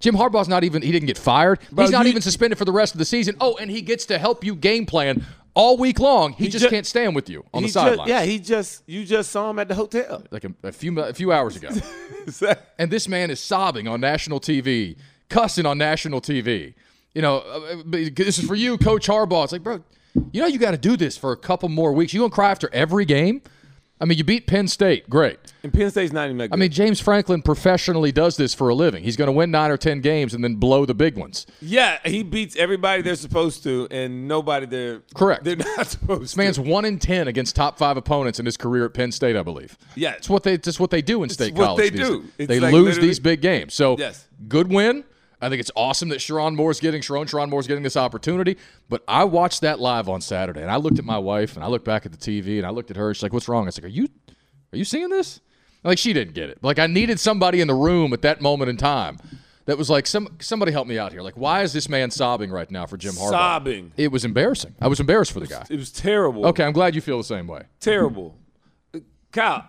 Jim Harbaugh's not even he didn't get fired. He's not
you-
even suspended for the rest of the season. Oh, and he gets to help you game plan all week long. He, just
ju-
can't stand with you on the
He just-
sideline
Yeah, he just you just saw him at the (laughs) hotel.
like a, a few a few hours
(laughs)
ago, and this man is sobbing on national TV, cussing on national TV. You know, uh, uh, but this is for you, Coach Harbaugh. It's like, bro, you know you got to do this for a couple more weeks. You gonna cry after every game? I mean, you beat Penn State, great.
and Penn State's not even that
I
good.
mean, James Franklin professionally does this for a living. He's gonna win nine or ten games and then blow the big ones.
yeah, he beats everybody they're supposed to, and nobody they're
Correct.
They're (laughs) not supposed
This man's one in ten against top five opponents in his career at Penn State, I believe.
Yeah.
it's what they just what they do in state
what
college.
they
these-
do. It's
they
like
lose
literally-
these big games. So
Yes.
good win. I think it's awesome that Sharon Moore's getting Sharon Sharon Moore's getting this opportunity. But I watched that live on Saturday, and I looked at my wife, and I looked back at the TV, and I looked at her. And she's like, "What's wrong?" I was like, "Are you, are you seeing this?" Like she didn't get it. Like I needed somebody in the room at that moment in time that was like, "Some somebody help me out here." Like, why is this man sobbing right now for Jim
to.
Harbaugh?
Sobbing.
It was embarrassing. I was embarrassed for the guy.
It was terrible.
Okay, I'm glad you feel the same way.
terrible. Uh, Kyle,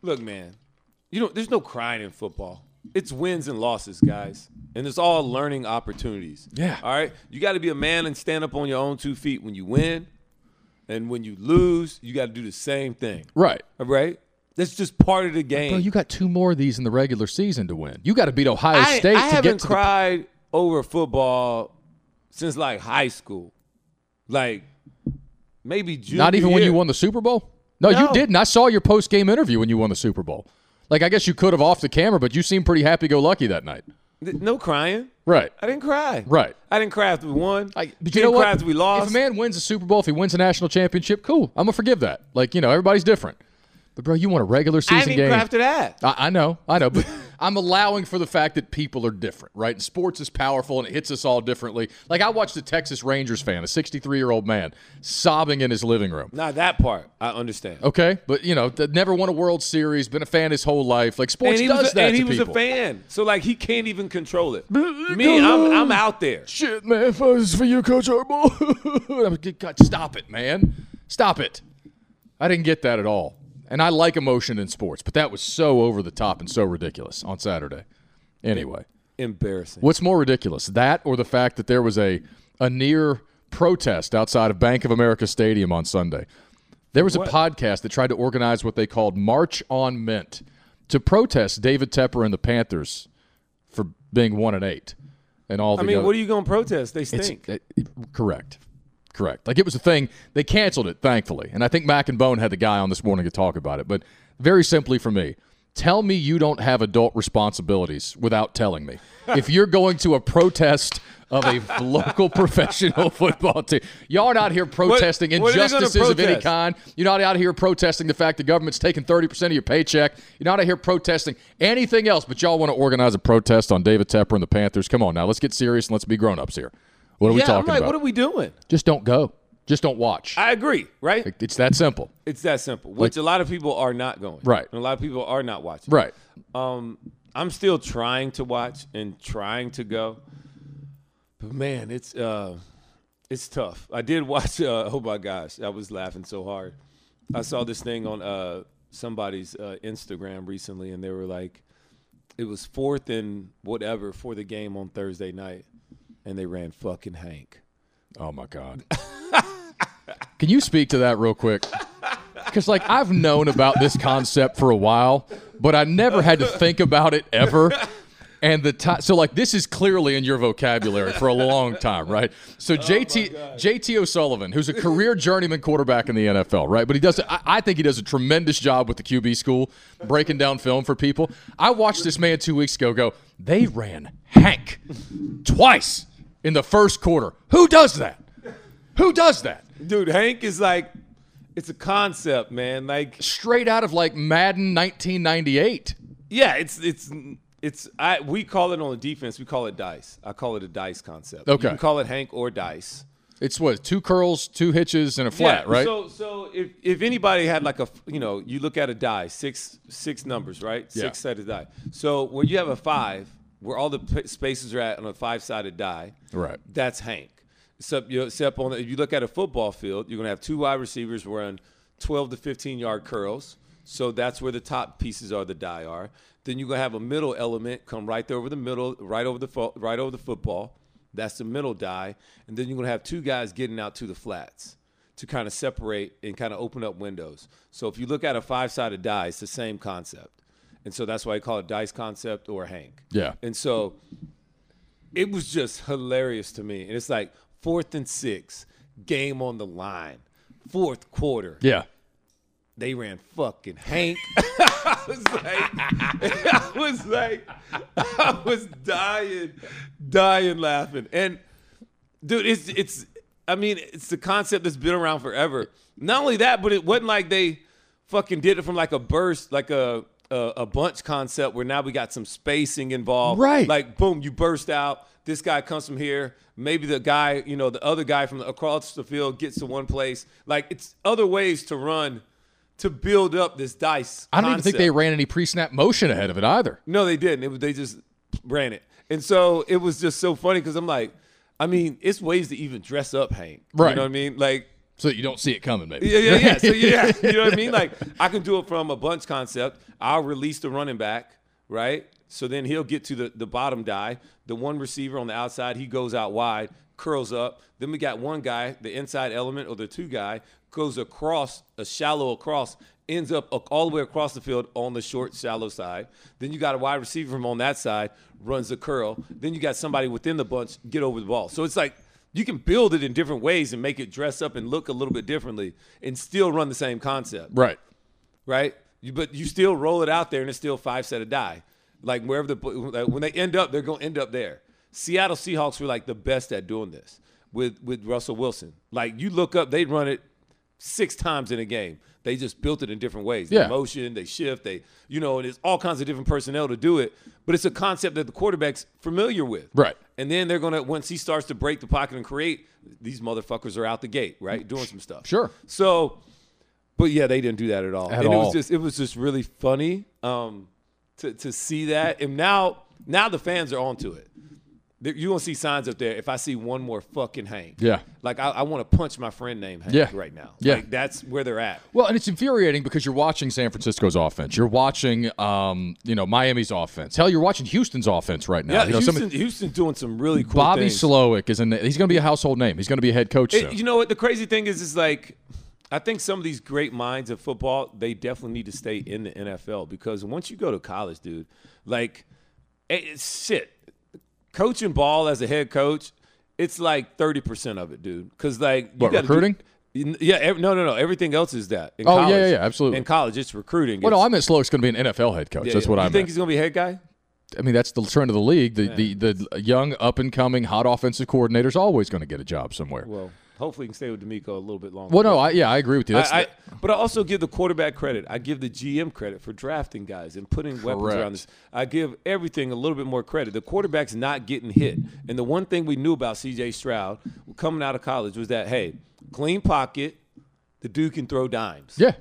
look, man, you know there's no crying in football. It's wins and losses, guys, and it's all learning opportunities.
Yeah.
All right, you got to be a man and stand up on your own two feet when you win, and when you lose, you got to do the same thing.
Right.
All right, that's just part of the game.
Bro, you got two more of these in the regular season to win. You got to beat Ohio
I,
State
I
to
haven't
get to the-
cried over football since like high school, like maybe junior.
Not even when
year.
you won the Super Bowl? No, you
No.
didn't. I saw your post-game interview when you won the Super Bowl. Like I guess you could have off the camera, but you seemed pretty happy-go-lucky that night.
Th- No crying.
Right.
I didn't cry.
Right.
I didn't cry after we won. I
Like, but
didn't
you know
cry
what?
after we lost.
If a man wins a Super Bowl, if he wins a national championship, cool. I'm gonna forgive that. Like you know, everybody's different. But bro, you won a regular
I
season
didn't
game.
cry after that.
I, I know, I know, but (laughs) I'm allowing for the fact that people are different, right? And sports is powerful and it hits us all differently. Like I watched a Texas Rangers fan, a 63 year old man, sobbing in his living room.
Not that part. I understand.
Okay, but you know, th- never won a World Series, been a fan his whole life. Like sports
And he
does
was, a,
that to
and he was a
people.
fan, so like he can't even control it. Me, I'm, I'm out there.
Shit, man, if I was for you, Coach Harbaugh, (laughs) I would get- God, stop it, man, stop it. I didn't get that at all, and I like emotion in sports, but that was so over the top and so ridiculous on Saturday. Anyway.
Embarrassing.
What's more ridiculous, that or the fact that there was a a near protest outside of Bank of America Stadium on Sunday? There was a podcast that tried to organize what they called March on Mint to protest David Tepper and the Panthers for being one and eight and all the
I mean,
other-
what are you going to protest? They
it's-
stink.
it- it- correct. Correct. Like it was a thing. They canceled it, thankfully. And I think Mac and Bone had the guy on this morning to talk about it. But very simply for me, tell me you don't have adult responsibilities without telling
(laughs)
me. if you're going to a protest of a local (laughs) professional football team, y'all are not here protesting
what are they gonna
injustices of any
protest?
kind. You're not out here protesting the fact the government's taking 30% of your paycheck. You're not out here protesting anything else, but y'all want to organize a protest on David Tepper and the Panthers. Come on now, let's get serious and let's be grown ups here. What are we
yeah,
talking
I'm like,
about?
what are we doing?
Just don't go. Just don't watch.
I agree, right?
it's that simple.
It's that simple. Which a lot of people are not going.
Right.
And a lot of people are not watching.
Right.
Um, I'm still trying to watch and trying to go, but man, it's uh, it's tough. I did watch. (laughs) Uh, oh my gosh, I was laughing so hard. I saw this thing on uh, somebody's uh, Instagram recently, and they were like, it was fourth and whatever for the game on Thursday night, and they ran fucking Hank.
Oh my God. (laughs) Can you speak to that real quick? Because like I've known about this concept for a while, but I never had to think about it ever. and the time. So like this is clearly in your vocabulary for a long time, right? So JT JT O'Sullivan, who's a career journeyman quarterback in the NFL, right? But he does. I, I think he does a tremendous job with the QB school, breaking down film for people. I watched this man two weeks ago. Go. They ran Hank twice in the first quarter. Who does that? Who does that?
Dude, Hank is like, it's a concept, man. Like,
Straight out of like Madden 1998.
yeah, it's it's it's. I we call it on the defense. We call it dice. I call it a dice concept.
Okay.
you can call it Hank or dice.
It's what two curls, two hitches, and a flat, right?
So so if if anybody had like a f- you know you look at a die six six numbers right
Yeah.
six sided die. So when you have a five where all the p- spaces are at on a five sided die,
Right.
That's Hank. Except you know, except on if you look at a football field, you're gonna have two wide receivers wearing twelve to fifteen yard curls. So that's where the top pieces are the die are. Then you're gonna have a middle element come right there over the middle, right over the fo- right over the football. That's the middle die, and then you're gonna have two guys getting out to the flats to kind of separate and kind of open up windows. So if you look at a five-sided die, it's the same concept, and so that's why I call it dice concept or Hank.
Yeah.
And so it was just hilarious to me. And it's like fourth and six, game on the line, fourth quarter.
yeah.
They ran fucking Hank. I was like, (laughs) I was like, I was dying, dying laughing. And dude, it's it's. I mean, it's the concept that's been around forever. Not only that, but it wasn't like they fucking did it from like a burst, like a a, a bunch concept where now we got some spacing involved.
Right.
Like boom, you burst out. This guy comes from here. Maybe the guy, you know, the other guy from across the field gets to one place. Like it's other ways to run to build up this dice.
I don't even think
concept.
they ran any pre-snap motion ahead of it either.
No, they didn't. It was, they just ran it, and so it was just so funny because I'm like, I mean, it's ways to even dress up Hank.
Right.
You know what I mean? Like,
So that you don't see it coming, maybe.
(laughs) yeah, yeah,
(laughs)
yeah. So yeah, you know what I mean? Like, I can do it from a bunch concept. I'll release the running back, right? So then he'll get to the the bottom die. The one receiver on the outside, he goes out wide, curls up. Then we got one guy, the inside element or the two guy, goes across a shallow across ends up a- all the way across the field on the short, shallow side. Then you got a wide receiver from on that side, runs a curl. Then you got somebody within the bunch get over the ball. So it's like you can build it in different ways and make it dress up and look a little bit differently and still run the same concept,
Right.
right? You, but you still roll it out there and it's still five set of die. Like wherever the like when they end up, they're going to end up there. Seattle Seahawks were like the best at doing this with with Russell Wilson. Like you look up, they run it six times in a game. They just built it in different ways. They
Yeah.
motion, they shift, they you know, and it's all kinds of different personnel to do it. But it's a concept that the quarterback's familiar with.
Right.
And then they're gonna once he starts to break the pocket and create, these motherfuckers are out the gate, right? Doing some stuff.
Mm. Sure.
So, but yeah, they didn't do that at all.
At
and it
all.
was just it was just really funny um, to to see that. And now now the fans are onto it. There- You're gonna see signs up there. If I see one more fucking Hank,
Yeah.
like I, I want to punch my friend named Hank
Yeah.
right now.
Yeah. Uh,
like, that's where they're at.
Well, and it's infuriating because you're watching San Francisco's offense. You're watching, um, you know, Miami's offense. Hell, you're watching Houston's offense right now.
Yeah,
you know, some-
Houston, Houston's doing some really cool
Bobby
things.
Slowick is in. He's going to be a household name. He's going to be a head coach
It-
soon.
you know what? The crazy thing is, is like, I think some of these great minds of football, they definitely need to stay in the NFL because once you go to college, dude, like, it- it's shit. Coaching ball as a head coach, it's like thirty percent of it, dude. Because like, you
What,
gotta do-
recruiting?
yeah, ev- no, no, no. Everything else is that. In
Oh, yeah,
college,
yeah, yeah, absolutely.
In college, it's recruiting.
well, no,
It's-
I meant Slowick's going to be an NFL head coach.
yeah,
That's
yeah.
what
you
I
think
meant.
he's gonna be head guy.
I mean, that's the trend of the league. The the, the young, up and coming, hot offensive coordinator's always going to get a job somewhere. Well,
Well, hopefully, he can stay with D'Amico a little bit longer.
no, I, yeah, I agree with you. That's
I, I, but I also give the quarterback credit. I give the GM credit for drafting guys and putting weapons
Correct.
around this. I give everything a little bit more credit. The quarterback's not getting hit. And the one thing we knew about CJ Stroud coming out of college was that, hey, clean pocket, the dude can throw dimes.
yeah.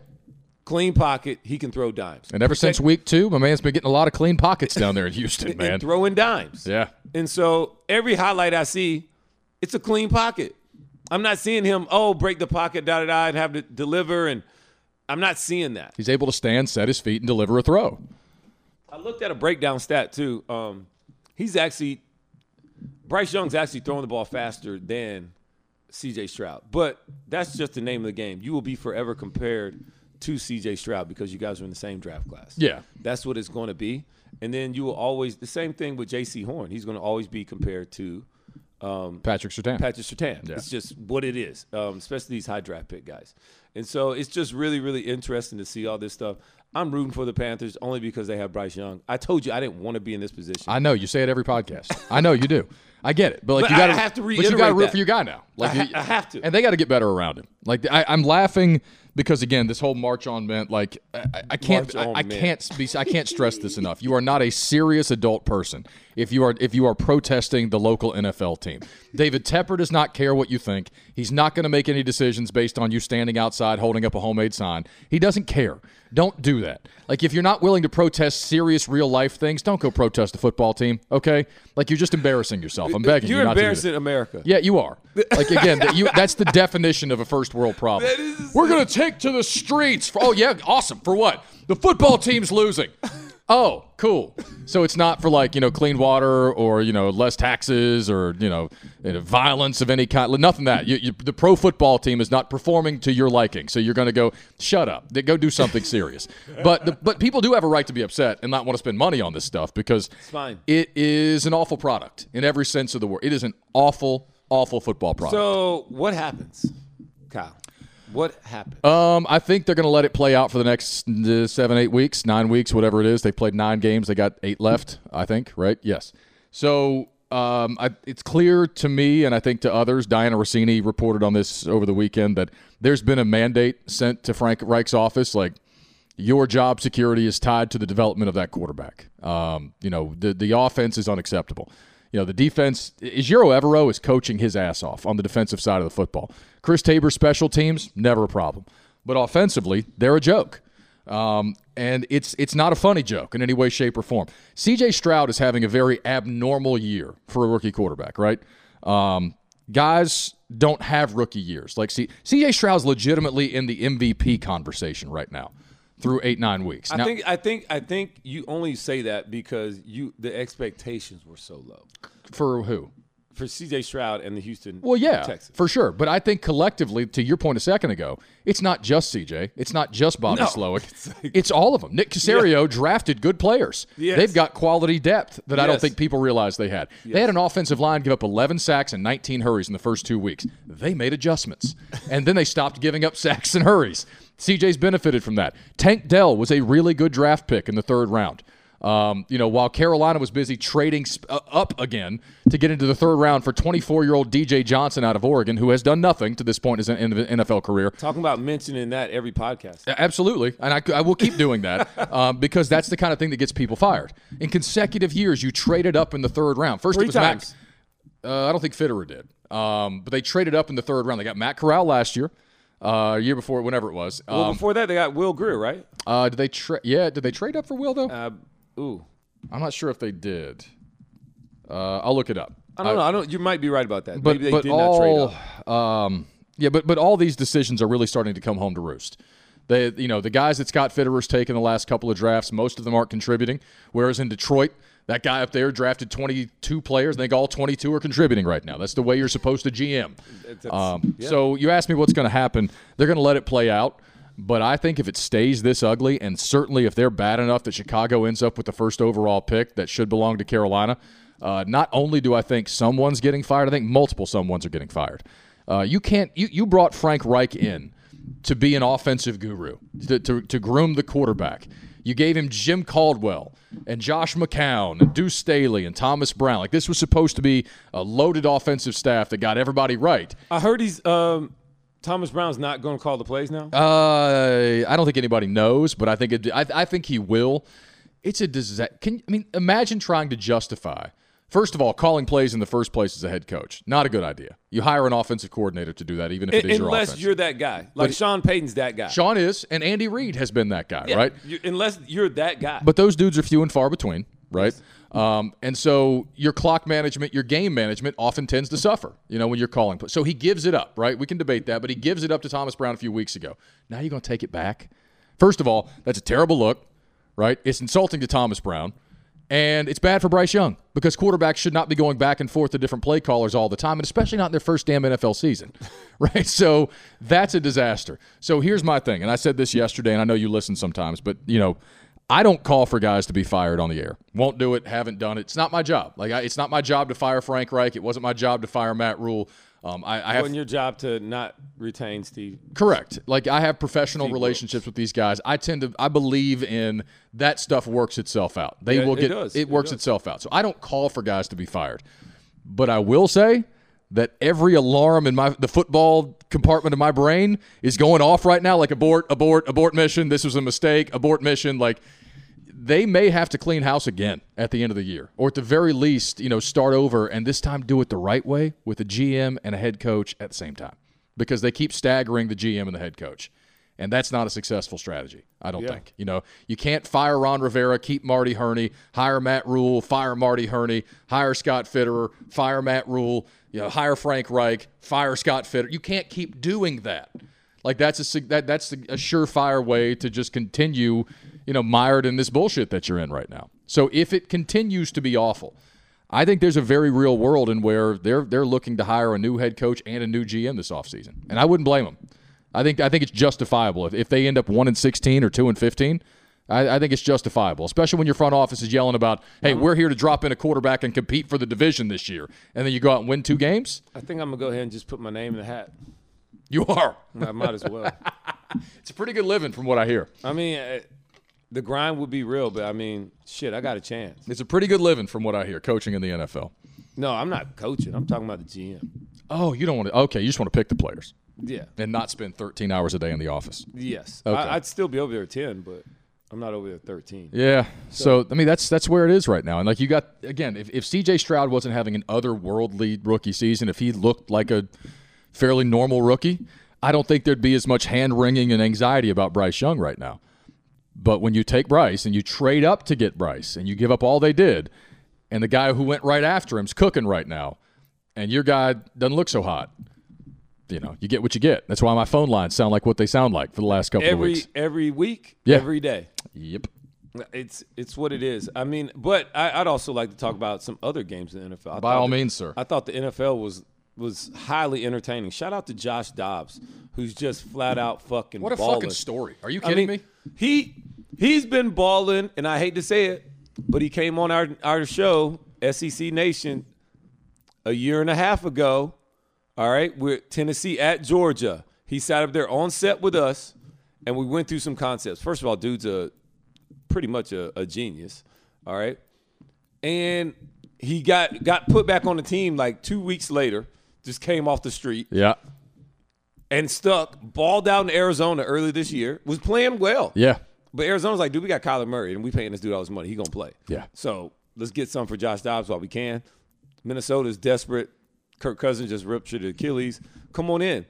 Clean pocket, he can throw dimes.
And ever since week two, my man's been getting a lot of clean pockets down
(laughs)
there in Houston,
And
man.
throwing dimes.
Yeah.
And so every highlight I see, it's a clean pocket. I'm not seeing him, oh, break the pocket, da da da, and have to deliver. And I'm not seeing that.
He's able to stand, set his feet, and deliver a throw.
I looked at a breakdown stat too. Um, he's actually Bryce Young's actually throwing the ball faster than C.J. Stroud, but that's just the name of the game. You will be forever compared to C.J. Stroud because you guys are in the same draft class.
Yeah.
that's what it's going to be. And then you will always the same thing with J.C. Horn. He's going to always be compared to
Patrick Sertan.
Patrick Sertan. It's just what it is, um, especially these high draft pick guys. And so it's just really, really interesting to see all this stuff. I'm rooting for the Panthers only because they have Bryce Young. I told you I didn't want to be in this position.
I know you say it every podcast. I know you do. I get it, but like
But
you got
I have to
But you gotta
reiterate
root
that.
for your guy now. Like
ha-
you-
I have to.
and they got to get better around him. Like I, I'm laughing because again, this whole march on meant like I, I- I can't,
March
I,
on
I
Mint.
can't be, I can't stress this enough. You are not a serious adult person if you are if you are protesting the local NFL team. David Tepper does not care what you think. He's not going to make any decisions based on you standing outside holding up a homemade sign. He doesn't care. Don't do that. Like if you're not willing to protest serious real life things, don't go protest the football team. Okay, like you're just embarrassing yourself. I'm begging
You're
you not to do that.
embarrassing America.
Yeah, you are. Like again, that you, that's the definition of a first world problem.
That is-
We're gonna take to the streets. For, oh yeah, awesome. For what? The football team's losing. Oh, cool. So it's not for like you know clean water or you know less taxes or you know you know, violence of any kind. Nothing that you, you, the pro football team is not performing to your liking. So you're going to go shut up. They go do something serious. But the, but people do have a right to be upset and not want to spend money on this stuff because
fine.
it is an awful product in every sense of the word. It is an awful, awful football product.
So what happens, Kyle? What happens?
um, I think they're going to let it play out for the next uh, seven, eight weeks, nine weeks, whatever it is. They played nine games. They got eight left, I think, right? Yes. So um, I, it's clear to me, and I think to others, Diana Rossini reported on this over the weekend that there's been a mandate sent to Frank Reich's office, like, your job security is tied to the development of that quarterback. Um, you know, the, the offense is unacceptable. You know, the defense, Isiro Evero is coaching his ass off on the defensive side of the football. Chris Tabor's special teams, never a problem. But offensively, they're a joke. Um, and it's it's not a funny joke in any way, shape, or form. CJ Stroud is having a very abnormal year for a rookie quarterback, right? Um, guys don't have rookie years. Like see, CJ Stroud's legitimately in the MVP conversation right now through eight nine weeks.
I
Now,
think I think I think you only say that because you the expectations were so low
for who?
for C.J. Stroud and the Houston.
Well, yeah,
Texans.
for sure. But I think collectively, to your point a second ago, it's not just CJ. It's not just Bobby
No. (laughs)
Slowick. It's, all of them. Nick Casario drafted good players.
Yes.
They've got quality depth that I don't
Yes.
think people realize they had. They had an offensive line give up 11 sacks and 19 hurries in the first two weeks. They made adjustments, and then they stopped giving up (laughs) sacks and hurries. CJ's benefited from that. Tank Dell was a really good draft pick in the third round. Um, you know, while Carolina was busy trading sp- uh, up again to get into the third round for 24-year-old DJ Johnson out of Oregon, who has done nothing to this point in his NFL career,
Talking about mentioning that every podcast.
Absolutely, and I, I will keep doing that (laughs) um, because that's the kind of thing that gets people fired. In consecutive years, you traded up in the third round. First,
Three
it was
times.
Matt. Uh, I don't think Fitterer did, um, but they traded up in the third round. They got Matt Corral last year, uh, year before, whenever it was.
Well,
Um,
before that they got Will Greer, right?
uh, did they? Tra- yeah, did they trade up for Will though?
Uh, ooh,
I'm not sure if they did. Uh, I'll look it up.
I don't know. I don't. You might be right about that.
but
Maybe they
but
did not trade
all
up.
um, yeah, but but all these decisions are really starting to come home to roost. They, you know, the guys that Scott Fitterer's taken the last couple of drafts, most of them aren't contributing. Whereas in Detroit, that guy up there drafted 22 players. I think all 22 are contributing right now. That's the way you're supposed to GM. Um, So you ask me what's going to happen. They're going to let it play out. But I think if it stays this ugly, and certainly if they're bad enough that Chicago ends up with the first overall pick that should belong to Carolina, uh, not only do I think someone's getting fired, I think multiple someone's are getting fired. Uh, you can't. You, you brought Frank Reich in to be an offensive guru, to, to, to groom the quarterback. You gave him Jim Caldwell and Josh McCown and Deuce Staley and Thomas Brown. Like this was supposed to be a loaded offensive staff that got everybody right.
I heard he's um, Thomas Brown's not going to call the plays now.
Uh, I don't think anybody knows, but I think it, I, I think he will. It's a disaster. Can I mean imagine trying to justify? First of all, calling plays in the first place as a head coach not a good idea. You hire an offensive coordinator to do that, even if it is your
unless
offense.
you're that guy, like Sean Payton's that guy,
Sean is, and Andy Reid has been that guy,
Yeah,
right?
you- unless you're that guy.
But those dudes are few and far between, right? Um, and so your clock management, your game management often tends to suffer, you know, when you're calling. So he gives it up, right? We can debate that, but he gives it up to Thomas Brown a few weeks ago. Now you're going to take it back? First of all, that's a terrible look, right? It's insulting to Thomas Brown. And it's bad for Bryce Young because quarterbacks should not be going back and forth to different play callers all the time, and especially not in their first damn NFL season, (laughs) right? So that's a disaster. So here's my thing, and I said this yesterday, and I know you listen sometimes, but you know, I don't call for guys to be fired on the air. Won't do it. Haven't done it. It's not my job. Like I, it's not my job to fire Frank Reich. It wasn't my job to fire Matt Rule. Um, I, I have
Wasn't your job to not retain Steve.
Correct. Like I have professional relationships with these guys. I tend to I believe in that stuff works itself out. They
Yeah,
will
it
get
does. It
works
does.
itself out. So I don't call for guys to be fired. But I will say that every alarm in my the football compartment of my brain is going off right now like abort, abort, abort mission. This was a mistake, abort mission like they may have to clean house again at the end of the year, or at the very least, you know, start over and this time do it the right way with a GM and a head coach at the same time because they keep staggering the GM and the head coach. And that's not a successful strategy, I don't think. You know, you can't fire Ron Rivera, keep Marty Herney, hire Matt Rule, fire Marty Herney, hire Scott Fitterer, fire Matt Rule, you know, hire Frank Reich, fire Scott Fitterer. You can't keep doing that. Like that's a sig- that that's a surefire way to just continue, you know, mired in this bullshit that you're in right now. So if it continues to be awful, I think there's a very real world in where they're they're looking to hire a new head coach and a new GM this offseason. And I wouldn't blame them. I think I think it's justifiable if, if they end up one and sixteen or two and fifteen. I, I think it's justifiable, especially when your front office is yelling about, "Hey, we're here to drop in a quarterback and compete for the division this year," and then you go out and win two games.
I think I'm gonna go ahead and just put my name in the hat.
You are.
I might
(laughs)
as well.
It's a pretty good living, from what I hear.
I mean, uh, the grind would be real, but I mean, shit, I got a chance.
It's a pretty good living from what I hear, coaching in the NFL. No.
No, I'm not coaching. I'm talking about the GM.
Oh, you don't want to. Okay, you just want to pick the players
Yeah.
and not spend 13 hours a day in the office.
Yes.
Okay.
I, I'd still be over there ten, but I'm not over there thirteen.
Yeah. So, I mean, that's that's where it is right now. And like you got again, if, if CJ Stroud wasn't having an otherworldly rookie season, if he looked like a fairly normal rookie, I don't think there'd be as much hand wringing and anxiety about Bryce Young right now. But when you take Bryce and you trade up to get Bryce and you give up all they did, and the guy who went right after him's cooking right now, and your guy doesn't look so hot, you know, you get what you get. That's why my phone lines sound like what they sound like for the last couple of
Every
weeks.
every week,
Yeah.
every day.
Yep.
It's it's what it is. I mean, but I, I'd also like to talk about some other games in the NFL. I
By
thought
all
the-
means, sir.
I thought the NFL was was highly entertaining. Shout out to Josh Dobbs, who's just flat out fucking
What a fucking
balling.
story. Are you
I
kidding
mean,
me?
He he's been balling, and I hate to say it, but he came on our our show, SEC Nation, a year and a half ago. All right, we're at Tennessee at Georgia. He sat up there on set with us, and we went through some concepts. First of all, dude's a pretty much a, a genius. All right, and he got got put back on the team like two weeks later. Just came off the street
Yeah.
and stuck. Balled out in Arizona early this year. Was playing well.
Yeah.
But Arizona's like, dude, we got Kyler Murray, and we paying this dude all this money. He gonna play.
Yeah.
So let's get some for Josh Dobbs while we can. Minnesota's desperate. Kirk Cousins just ruptured Achilles. Come on in.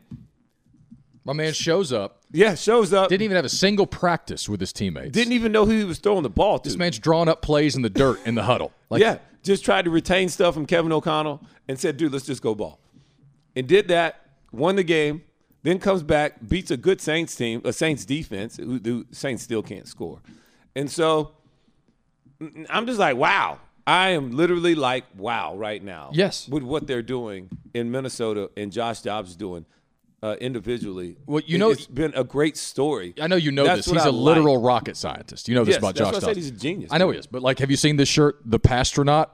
My man shows up,
Yeah, shows up.
didn't even have a single practice with his teammates.
didn't even know who he was throwing the ball to.
this man's drawing up plays in the dirt in the
(laughs)
huddle. Like
yeah, just tried to retain stuff from Kevin O'Connell and said, dude, let's just go ball. And did that, won the game, then comes back, beats a good Saints team, a Saints defense, who the Saints still can't score. And so n- I'm just like, wow. I am literally like, wow, right now.
Yes.
With what they're doing in Minnesota and Josh Dobbs is doing uh, individually.
Well, you
It-
know-
it's been a great story.
I know you know
That's
this.
what
He's
I
a literal
like.
rocket scientist. You know this
Yes,
about
that's
Josh
why I said
Dobbs.
he's a genius,
I know
dude.
he is. But like, have you seen this shirt, the Pastronaut?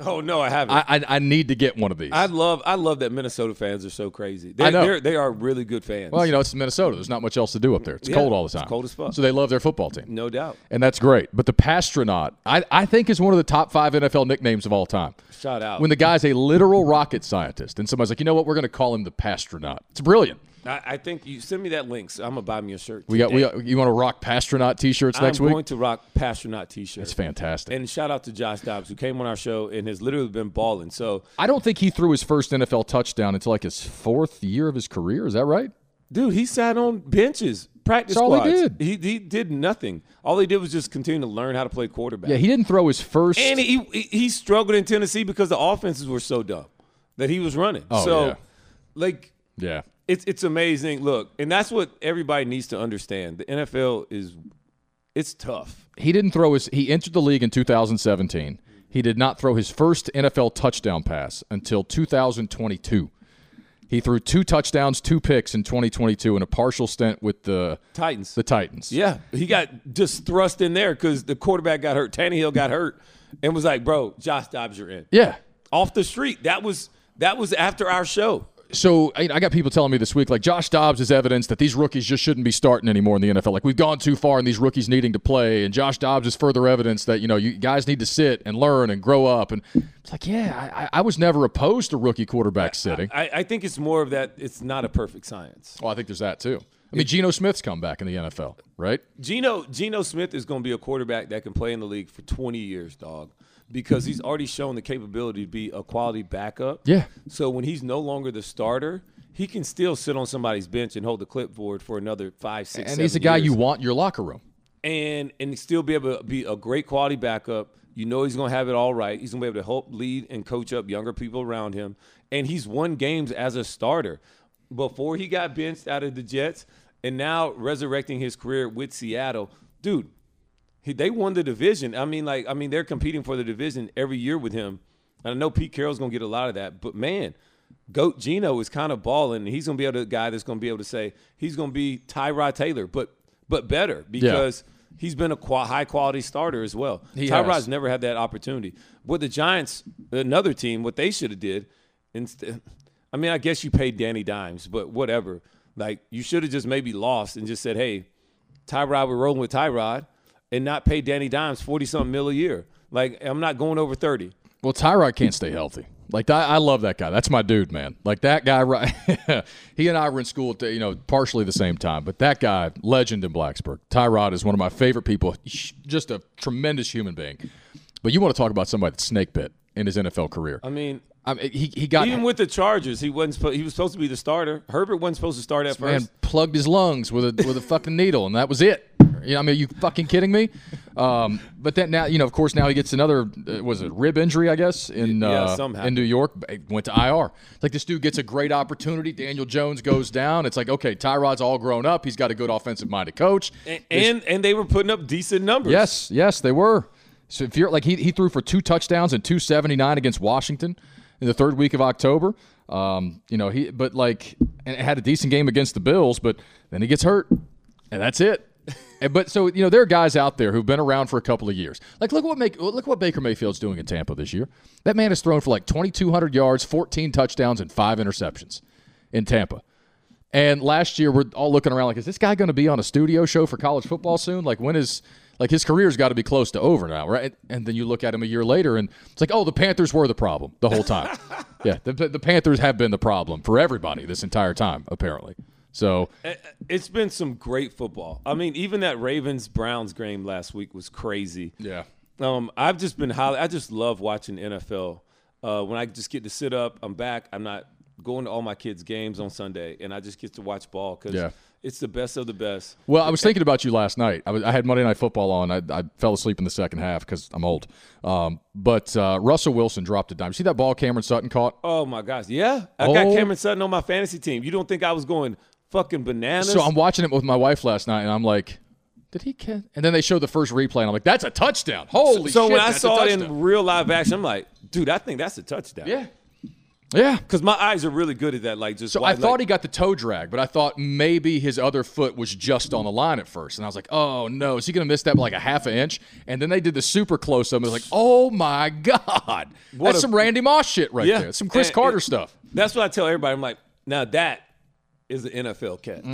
Oh, no, I haven't.
I I, I need to get one of these.
I love I love that Minnesota fans are so crazy. They,
I know.
They're, they are really good fans.
well, you know, it's Minnesota. There's not much else to do up there. It's
Yeah,
cold all the
it's
time.
cold as fuck.
So they love their football team.
no doubt.
And that's great. But the Pastronaut, I, I think is one of the top five NFL nicknames of all time.
Shout out.
When the guy's a literal rocket scientist and somebody's like, you know what, we're going to call him the Pastronaut. It's brilliant.
I, I think you send me that link. So I'm gonna buy me a shirt.
We got, we
today.
got you want to rock Pastronaut t-shirts next
I'm
week?
going to rock Pastronaut T-shirt.
It's fantastic.
And shout out to Josh Dobbs who came on our show and has literally been balling. So,
I don't think he threw his first NFL touchdown until like his fourth year of his career. Is that right?
dude, he sat on benches, practice
That's all he
squads.
did.
He, he did nothing. All he did was just continue to learn how to play quarterback.
Yeah, he didn't throw his first.
and he, he he struggled in Tennessee because the offenses were so dumb that he was running.
Oh,
so,
yeah.
like.
yeah,
it's it's amazing. Look, and that's what everybody needs to understand. The NFL is it's tough.
he didn't throw his. He entered the league in 2017. He did not throw his first NFL touchdown pass until 2022. He He threw two touchdowns, two picks in 2022 in a partial stint with the
Titans.
the Titans.
Yeah, he got just thrust in there because the quarterback got hurt. Tannehill got hurt and was like, "Bro, Josh Dobbs, you're in."
Yeah.
Off the street. That was that was after our show.
So I, I got people telling me this week, like Josh Dobbs is evidence that these rookies just shouldn't be starting anymore in the NFL. Like we've gone too far in these rookies needing to play, and Josh Dobbs is further evidence that you know you guys need to sit and learn and grow up. And it's like, yeah, I, I- I was never opposed to rookie quarterbacks sitting.
I, I think it's more of that. It's not a perfect science.
Well, I think there's that too. I mean, Geno Smith's come back in the NFL, right?
Geno Geno Smith is going to be a quarterback that can play in the league for 20 years, dog, because he's already shown the capability to be a quality backup.
Yeah.
So when he's no longer the starter, he can still sit on somebody's bench and hold the clipboard for another five, six.
And he's a
seven
guy
years.
you want in your locker room.
and and still be able to be a great quality backup. You know he's going to have it all right. He's going to be able to help lead and coach up younger people around him. And he's won games as a starter before he got benched out of the Jets and now resurrecting his career with Seattle. Dude, he, they won the division. I mean, like, I mean, they're competing for the division every year with him. And I know Pete Carroll's gonna get a lot of that, but man, Goat Gino is kind of balling. and He's gonna be able to a guy that's gonna be able to say he's gonna be Tyrod Taylor, but but better because he's been a qua- high quality starter as well.
He
Tyrod's
has.
never had that opportunity. What the Giants, another team, what they should have did, instead, I mean, I guess you paid Danny Dimes, but whatever. Like you should have just maybe lost and just said, hey, Tyrod, we're rolling with Tyrod, and not pay Danny Dimes forty something mil a year. Like I'm not going over thirty.
Well, Tyrod can't stay healthy. Like I, I love that guy. That's my dude, man. Like that guy. Right, (laughs) he and I were in school, at the, you know, partially the same time. But that guy, legend in Blacksburg. Tyrod is one of my favorite people. Sh- Just a tremendous human being. But you want to talk about somebody that snake bit in his NFL career?
I mean,
I mean, he he got
even with the Chargers, he wasn't. Supposed, he was supposed to be the starter. Herbert wasn't supposed to start at first.
and plugged his lungs with a
(laughs)
with a fucking needle, and that was it. You know, I mean, are you fucking kidding me? Um, but then now, you know, of course, now he gets another uh, was it rib injury, I guess, in
Yeah,
uh,
somehow.
in New York. It Went to IR. It's like this dude gets a great opportunity. Daniel Jones goes down. It's like okay, Tyrod's all grown up. He's got a good offensive minded coach.
And, and and they were putting up decent numbers.
Yes, yes, they were. So if you're like he, he threw for two touchdowns and 279 against Washington in the third week of October. Um, you know, he but like and had a decent game against the Bills, but then he gets hurt. And that's it. And, but so you know, there are guys out there who've been around for a couple of years. Like look what make look what Baker Mayfield's doing in Tampa this year. That man has thrown for like 2200 yards, 14 touchdowns and 5 interceptions in Tampa. And last year, we're all looking around like, is this guy going to be on a studio show for college football soon? Like, when is like his career's got to be close to over now, right? And then you look at him a year later, and it's like, oh, the Panthers were the problem the whole time. yeah, the, the Panthers have been the problem for everybody this entire time, apparently. So
Uh, it's been some great football. I mean, even that Ravens Browns game last week was crazy.
yeah,
Um, I've just been highly. I just love watching NFL. Uh, when I just get to sit up, I'm back. I'm not going to all my kids' games on Sunday, and I just get to watch ball because
Yeah.
it's the best of the best.
Well, I was thinking about you last night. I, was, I had Monday Night Football on. I, I fell asleep in the second half because I'm old. Um, but uh, Russell Wilson dropped a dime. See that ball Cameron Sutton caught?
Oh my gosh, yeah, I got
Oh.
Cameron Sutton on my fantasy team. You don't think I was going fucking bananas?
So I'm watching it with my wife last night, and I'm like, "Did he?" Ca-? And then they showed the first replay, and I'm like, "That's a touchdown! Holy
so
shit!"
when I
that's a
saw it in
touchdown."
real live action, I'm like, dude, I think that's a touchdown.
yeah, yeah.
because my eyes are really good at that. Like just
So I thought he got the toe drag, but I thought maybe his other foot was just on the line at first, and I was like, "Oh no, is he going to miss that by like a half an inch?" And then they did the super close up, and I was like, "Oh my god, that's
a-
some Randy Moss shit right
Yeah.
there, some Chris
And-
Carter
and-
stuff."
That's what I tell everybody. I'm like, now that is an NFL catch.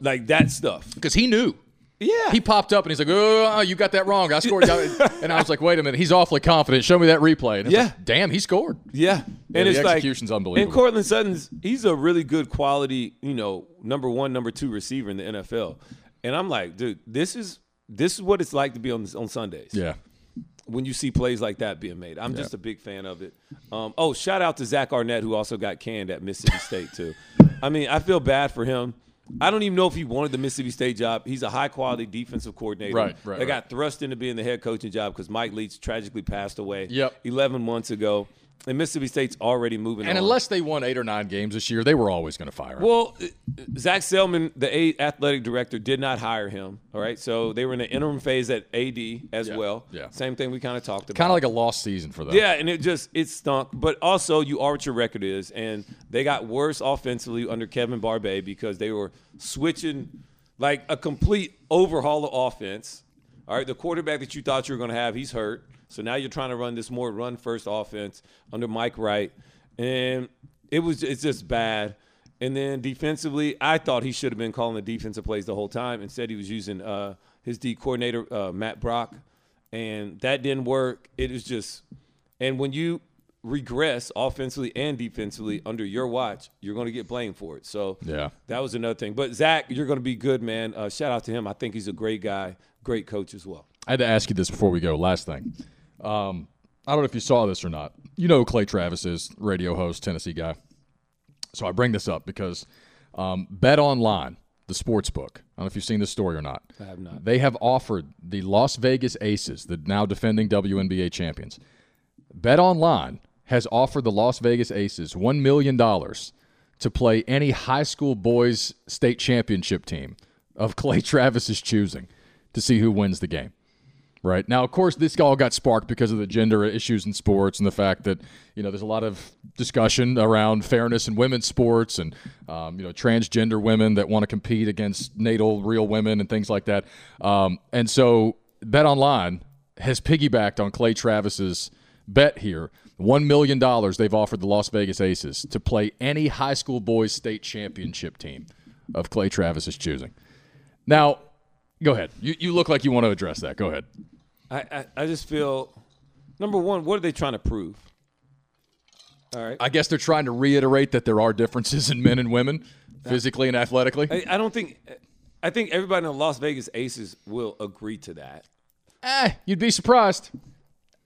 Like that stuff.
Because he knew.
Yeah.
He popped up and he's like, "Oh, you got that wrong. I
(laughs)
scored." and I was like, "Wait a minute, he's awfully confident. Show me that replay." And it's
Yeah.
like, damn, he scored.
yeah.
the
and it's
execution's
like,
unbelievable.
And Cortland Sutton's he's a really good quality, you know, number one, number two receiver in the NFL. And I'm like, dude, this is this is what it's like to be on on Sundays.
Yeah.
when you see plays like that being made. I'm just a big fan of it. Um, oh, shout out to Zach Arnett, who also got canned at Mississippi State, too. I mean, I feel bad for him. I don't even know if he wanted the Mississippi State job. He's a high quality defensive coordinator.
Right, right,
They got thrust into being the head coaching job because Mike Leach tragically passed away
Yep.
11 months ago. and Mississippi State's already moving.
And
on.
unless they won eight or nine games this year, they were always going to fire him.
Well, Zach Selman, the A- athletic director, did not hire him. All right, so they were in the interim phase at AD as
Yeah,
well.
yeah.
same thing we kind of talked about.
kind of like a lost season for them.
yeah, and it just it stunk. But also, you are what your record is, and they got worse offensively under Kevin Barbe because they were switching like a complete overhaul of offense. All right, the quarterback that you thought you were going to have, he's hurt, so now you're trying to run this more run first offense under Mike Wright, and it was it's just bad. And then defensively, I thought he should have been calling the defensive plays the whole time. Instead, he was using uh, his D coordinator uh, Matt Brock, and that didn't work. It was just, and when you regress offensively and defensively under your watch, you're going to get blamed for it. So
Yeah.
that was another thing. But Zach, you're going to be good, man. Uh, shout out to him. I think he's a great guy, great coach as well.
I had to ask you this before we go. Last thing. Um, I don't know if you saw this or not. You know who Clay Travis is, radio host, Tennessee guy. So I bring this up because um, Bet Online, the sports book, I don't know if you've seen this story or not. I
have not.
They have offered the Las Vegas Aces, the now defending WNBA champions. Bet Online has offered the Las Vegas Aces $1 million to play any high school boys state championship team of Clay (laughs) Travis's choosing to see who wins the game. Right. Now, of course, this all got sparked because of the gender issues in sports and the fact that, you know, there's a lot of discussion around fairness in women's sports and, um, you know, transgender women that want to compete against natal real women and things like that. Um, and so Bet Online has piggybacked on Clay Travis's bet here. $1 million they've offered the Las Vegas Aces to play any high school boys state championship team of Clay Travis's choosing. Now, go ahead. You, you look like you want to address that. Go ahead.
I, I, I just feel, number one, what are they trying to prove? All right.
I guess they're trying to reiterate that there are differences in men and women, physically and athletically.
I, I don't think, I think everybody in the Las Vegas Aces will agree to that.
Eh, you'd be surprised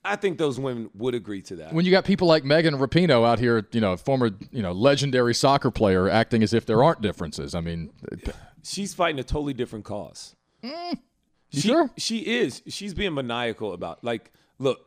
I think those women would agree to that.
when you got people like Megan Rapinoe out here, you know, former, you know, legendary soccer player, acting as if there aren't differences. I mean,
She's fighting a totally different cause. she,
sure?
She is. She's being maniacal about like, look,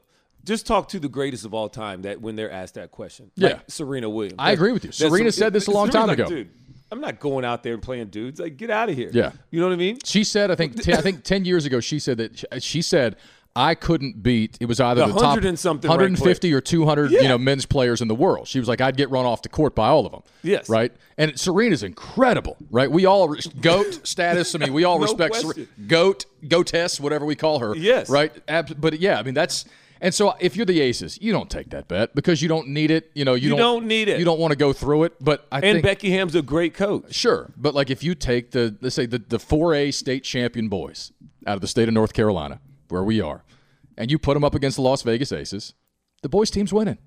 just talk to the greatest of all time that when they're asked that question. Like
Yeah.
Serena Williams.
I agree with you. Serena said this a long
Serena's
time
like,
ago.
Dude, I'm not going out there and playing dudes. Like, get out of here.
Yeah.
You know what I mean?
she said, I think,
(laughs)
ten, I think ten years ago, she said that she, she said I couldn't beat. It was either
The
the, top
100 and something ranked
150 or 200,
Yeah.
you know, men's players in the world. She was like, I'd get run off the court by all of them.
Yes.
Right. And Serena's incredible. Right. We all re-
(laughs)
goat status. I mean, we all
No
respect Ser-
question.
goat, goatess, whatever we call her.
Yes.
Right. Ab- but yeah, I mean that's. And so, if you're the Aces, you don't take that bet because you don't need it. You know, you,
You don't need it.
You don't want to go through it. But I
And
think
Becky Ham's a great coach.
Sure, but like if you take the let's say the the four A state champion boys out of the state of North Carolina, where we are, and you put them up against the Las Vegas Aces, the boys team's winning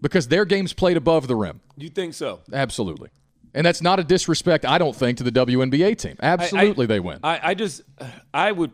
because their game's played above the rim.
You think so?
Absolutely, and that's not a disrespect, I don't think, to the WNBA team. Absolutely,
I-
they win.
I, I just, I would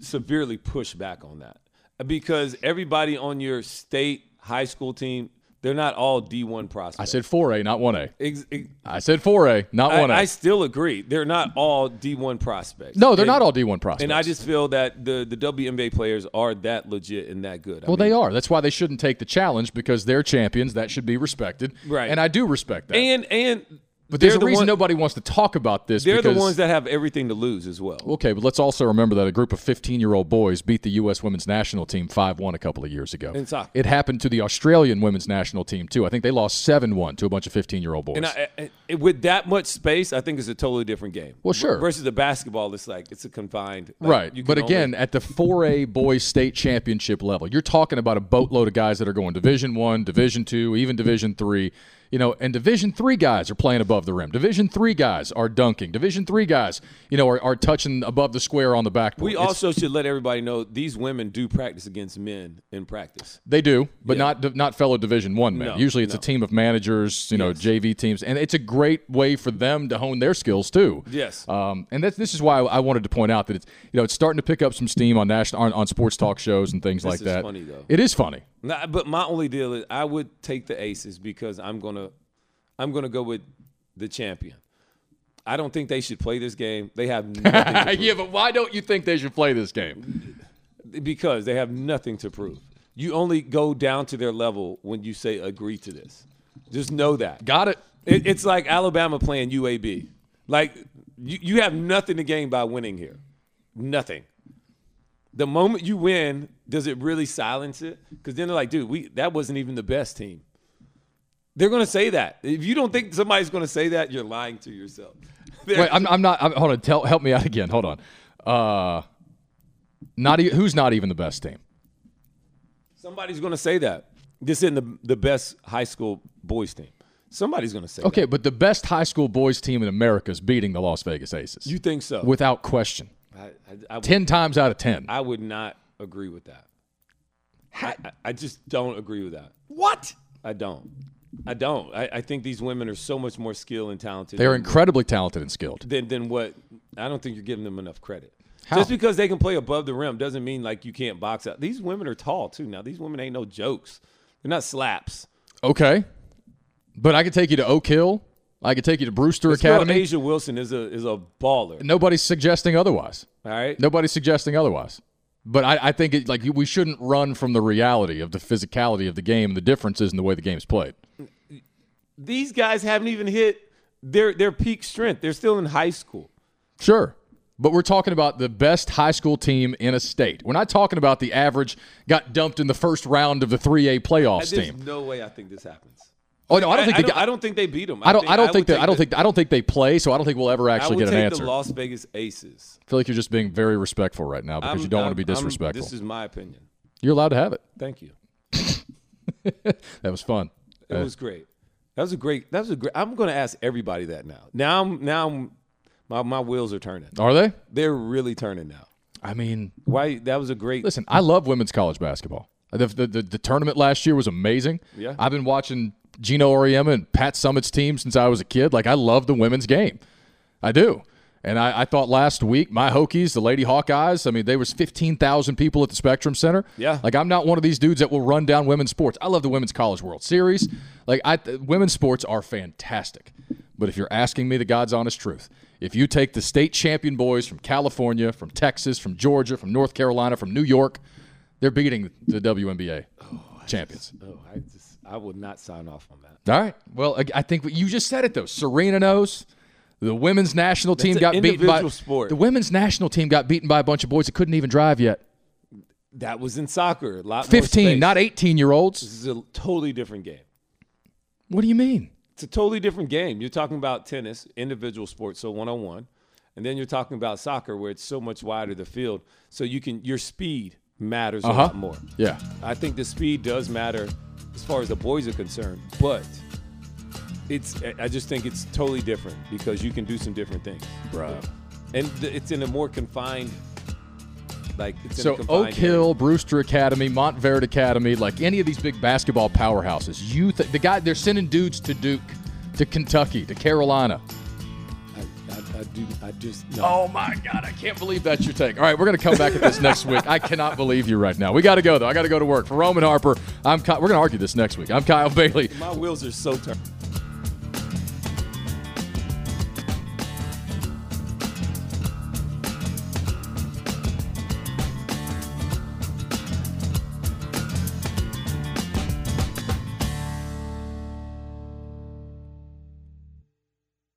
severely push back on that because everybody on your state high school team, they're not all D1 prospects.
I said four A, not one A.
Ex- ex-
I said four A, not
I,
one
I
A.
still agree. They're not all D1 prospects.
No, they're
And-
not all D one prospects.
And I just feel that the, the WNBA players are that legit and that good. I
well,
mean,
they are. That's why they shouldn't take the challenge because they're champions. That should be respected.
Right.
And I do respect that.
and and
but there's a reason
one,
nobody wants to talk about this.
they're
because
the ones that have everything to lose as well.
Okay, but let's also remember that a group of 15 year old boys beat the U.S. women's national team 5 1 a couple of years ago.
In soccer.
It happened to the Australian women's national team, too. I think they lost 7 1 to a bunch of 15 year old boys.
And I, I- I- with that much space, I think it's a totally different game.
Well, sure.
Versus the basketball, it's like it's a confined. like, you
right. But
can only-
again, at the 4A boys state championship level, you're talking about a boatload of guys that are going Division 1, Division 2, even Division 3. You know, and Division 3 guys are playing above the rim. Division 3 guys are dunking. Division 3 guys, you know, are, are touching above the square on the backboard.
we
It's-
also should let everybody know these women do practice against men in practice.
They do, but not not fellow Division One men.
No,
Usually, it's a team of managers, you know, JV teams, and it's a great way for them to hone their skills too.
Yes.
Um, and that's this is why I wanted to point out that it's you know it's starting to pick up some steam on national on, on sports talk shows and things like
is
that.
funny, though.
It is funny.
Nah, but my only deal is I would take the aces because I'm gonna I'm gonna go with the champion. I don't think they should play this game. They have nothing to
(laughs) yeah, but why don't you think they should play this game?
prove because they have nothing to prove. you only go down to their level when you say agree to this. Just know that.
Got it.
It, it's like Alabama playing UAB. Like you, you have nothing to gain by winning here. Nothing. The moment you win, does it really silence it? Because then they're like, dude, we that wasn't even the best team. They're gonna say that. If you don't think somebody's gonna say that, you're lying to yourself. (laughs) They're-
Wait, uh I'm, I'm not. I'm, hold on. Tell, help me out again. Hold on. Uh, not e- who's not even the best team.
somebody's gonna say that. This isn't the, the best high school boys team. Somebody's gonna say
Okay, but the best high school boys team in America is beating the Las Vegas Aces
that. You think so?
without question.
I, I, I, would,
Ten times out of ten.
I would not agree with that. I, I- I just don't agree with that.
What?
I don't. I don't. I, I think these women are so much more skilled and talented
They are incredibly talented and skilled.
than, than what I don't think you're giving them enough credit.
How?
Just because they can play above the rim doesn't mean like you can't box out. These women are tall too. Now these women ain't no jokes. They're not slaps.
Okay, but I could take you to Oak Hill. I could take you to Brewster
Still,
Academy.
Asia Wilson is a is a baller.
Nobody's suggesting otherwise.
All right.
Nobody's suggesting otherwise. But I, I think it, like we shouldn't run from the reality of the physicality of the game, the differences in the way the game's played.
These guys haven't even hit their their peak strength. They're still in high school.
Sure. But we're talking about the best high school team in a state. We're not talking about the average got dumped in the first round of the 3A playoffs
There's
team.
no way I think this happens.
Oh no, I don't think
I,
they,
don't, I don't think they beat them.
I don't I don't think
would
that I don't
the-
think I don't think they play, so I don't think we'll ever
I
actually
would
get an
take
answer.
the Las Vegas Aces
I feel like you're just being very respectful right now because
I'm-
you don't want
I'm-
to be
I'm-
disrespectful.
this is my opinion.
you're allowed to have it.
Thank you.
That was fun.
It was great. That was a great. That was a great. I'm going to ask everybody that now. Now I'm now I'm, my my wheels are turning.
Are they?
They're really turning now.
I mean,
Why? That was a great.
Listen, I love women's college basketball. The, the, the, the tournament last year was amazing.
Yeah.
I've been watching Gino Oriema and Pat Summit's team since I was a kid. Like, I love the women's game. I do. And I, I thought last week, my Hokies, the Lady Hawkeyes, I mean, there was 15,000 people at the Spectrum Center.
Yeah.
Like, I'm not one of these dudes that will run down women's sports. I love the Women's College World Series. Like, I, th- women's sports are fantastic. But if you're asking me the God's honest truth, if you take the state champion boys from California, from Texas, from Georgia, from North Carolina, from New York, they're beating the WNBA champions.
Oh, I just I will not sign off on that.
All right. Well, I, I think what- you just said it though. Serena knows. The women's national team
an
got beaten by
individual sport.
the women's national team got beaten by a bunch of boys that couldn't even drive yet.
That was in soccer. A lot more
Fifteen,
space.
not eighteen year olds.
This is a totally different game.
What do you mean?
It's a totally different game. You're talking about tennis, individual sports, so one on one, and then you're talking about soccer, where it's so much wider the field, so you can your speed matters a lot more.
Uh-huh. Yeah.
I think the speed does matter as far as the boys are concerned, but it's I- I just think it's totally different because you can do some different things.
Bruh.
And th- it's in a more confined like it's in a
So
confined
Oak
area.
Hill, Brewster Academy, Montverde Academy, like any of these big basketball powerhouses, you th- the guy they're sending dudes to Duke, to Kentucky, to Carolina.
I, I, I do I just no.
Oh my God, I can't believe that's your take. All right, we're going to come back at this next week. I cannot believe you right now. We got to go, though. I got to go to work. For Roman Harper, I'm Ky- we're going to argue this next week. I'm Kyle Bailey.
My wheels are so turned.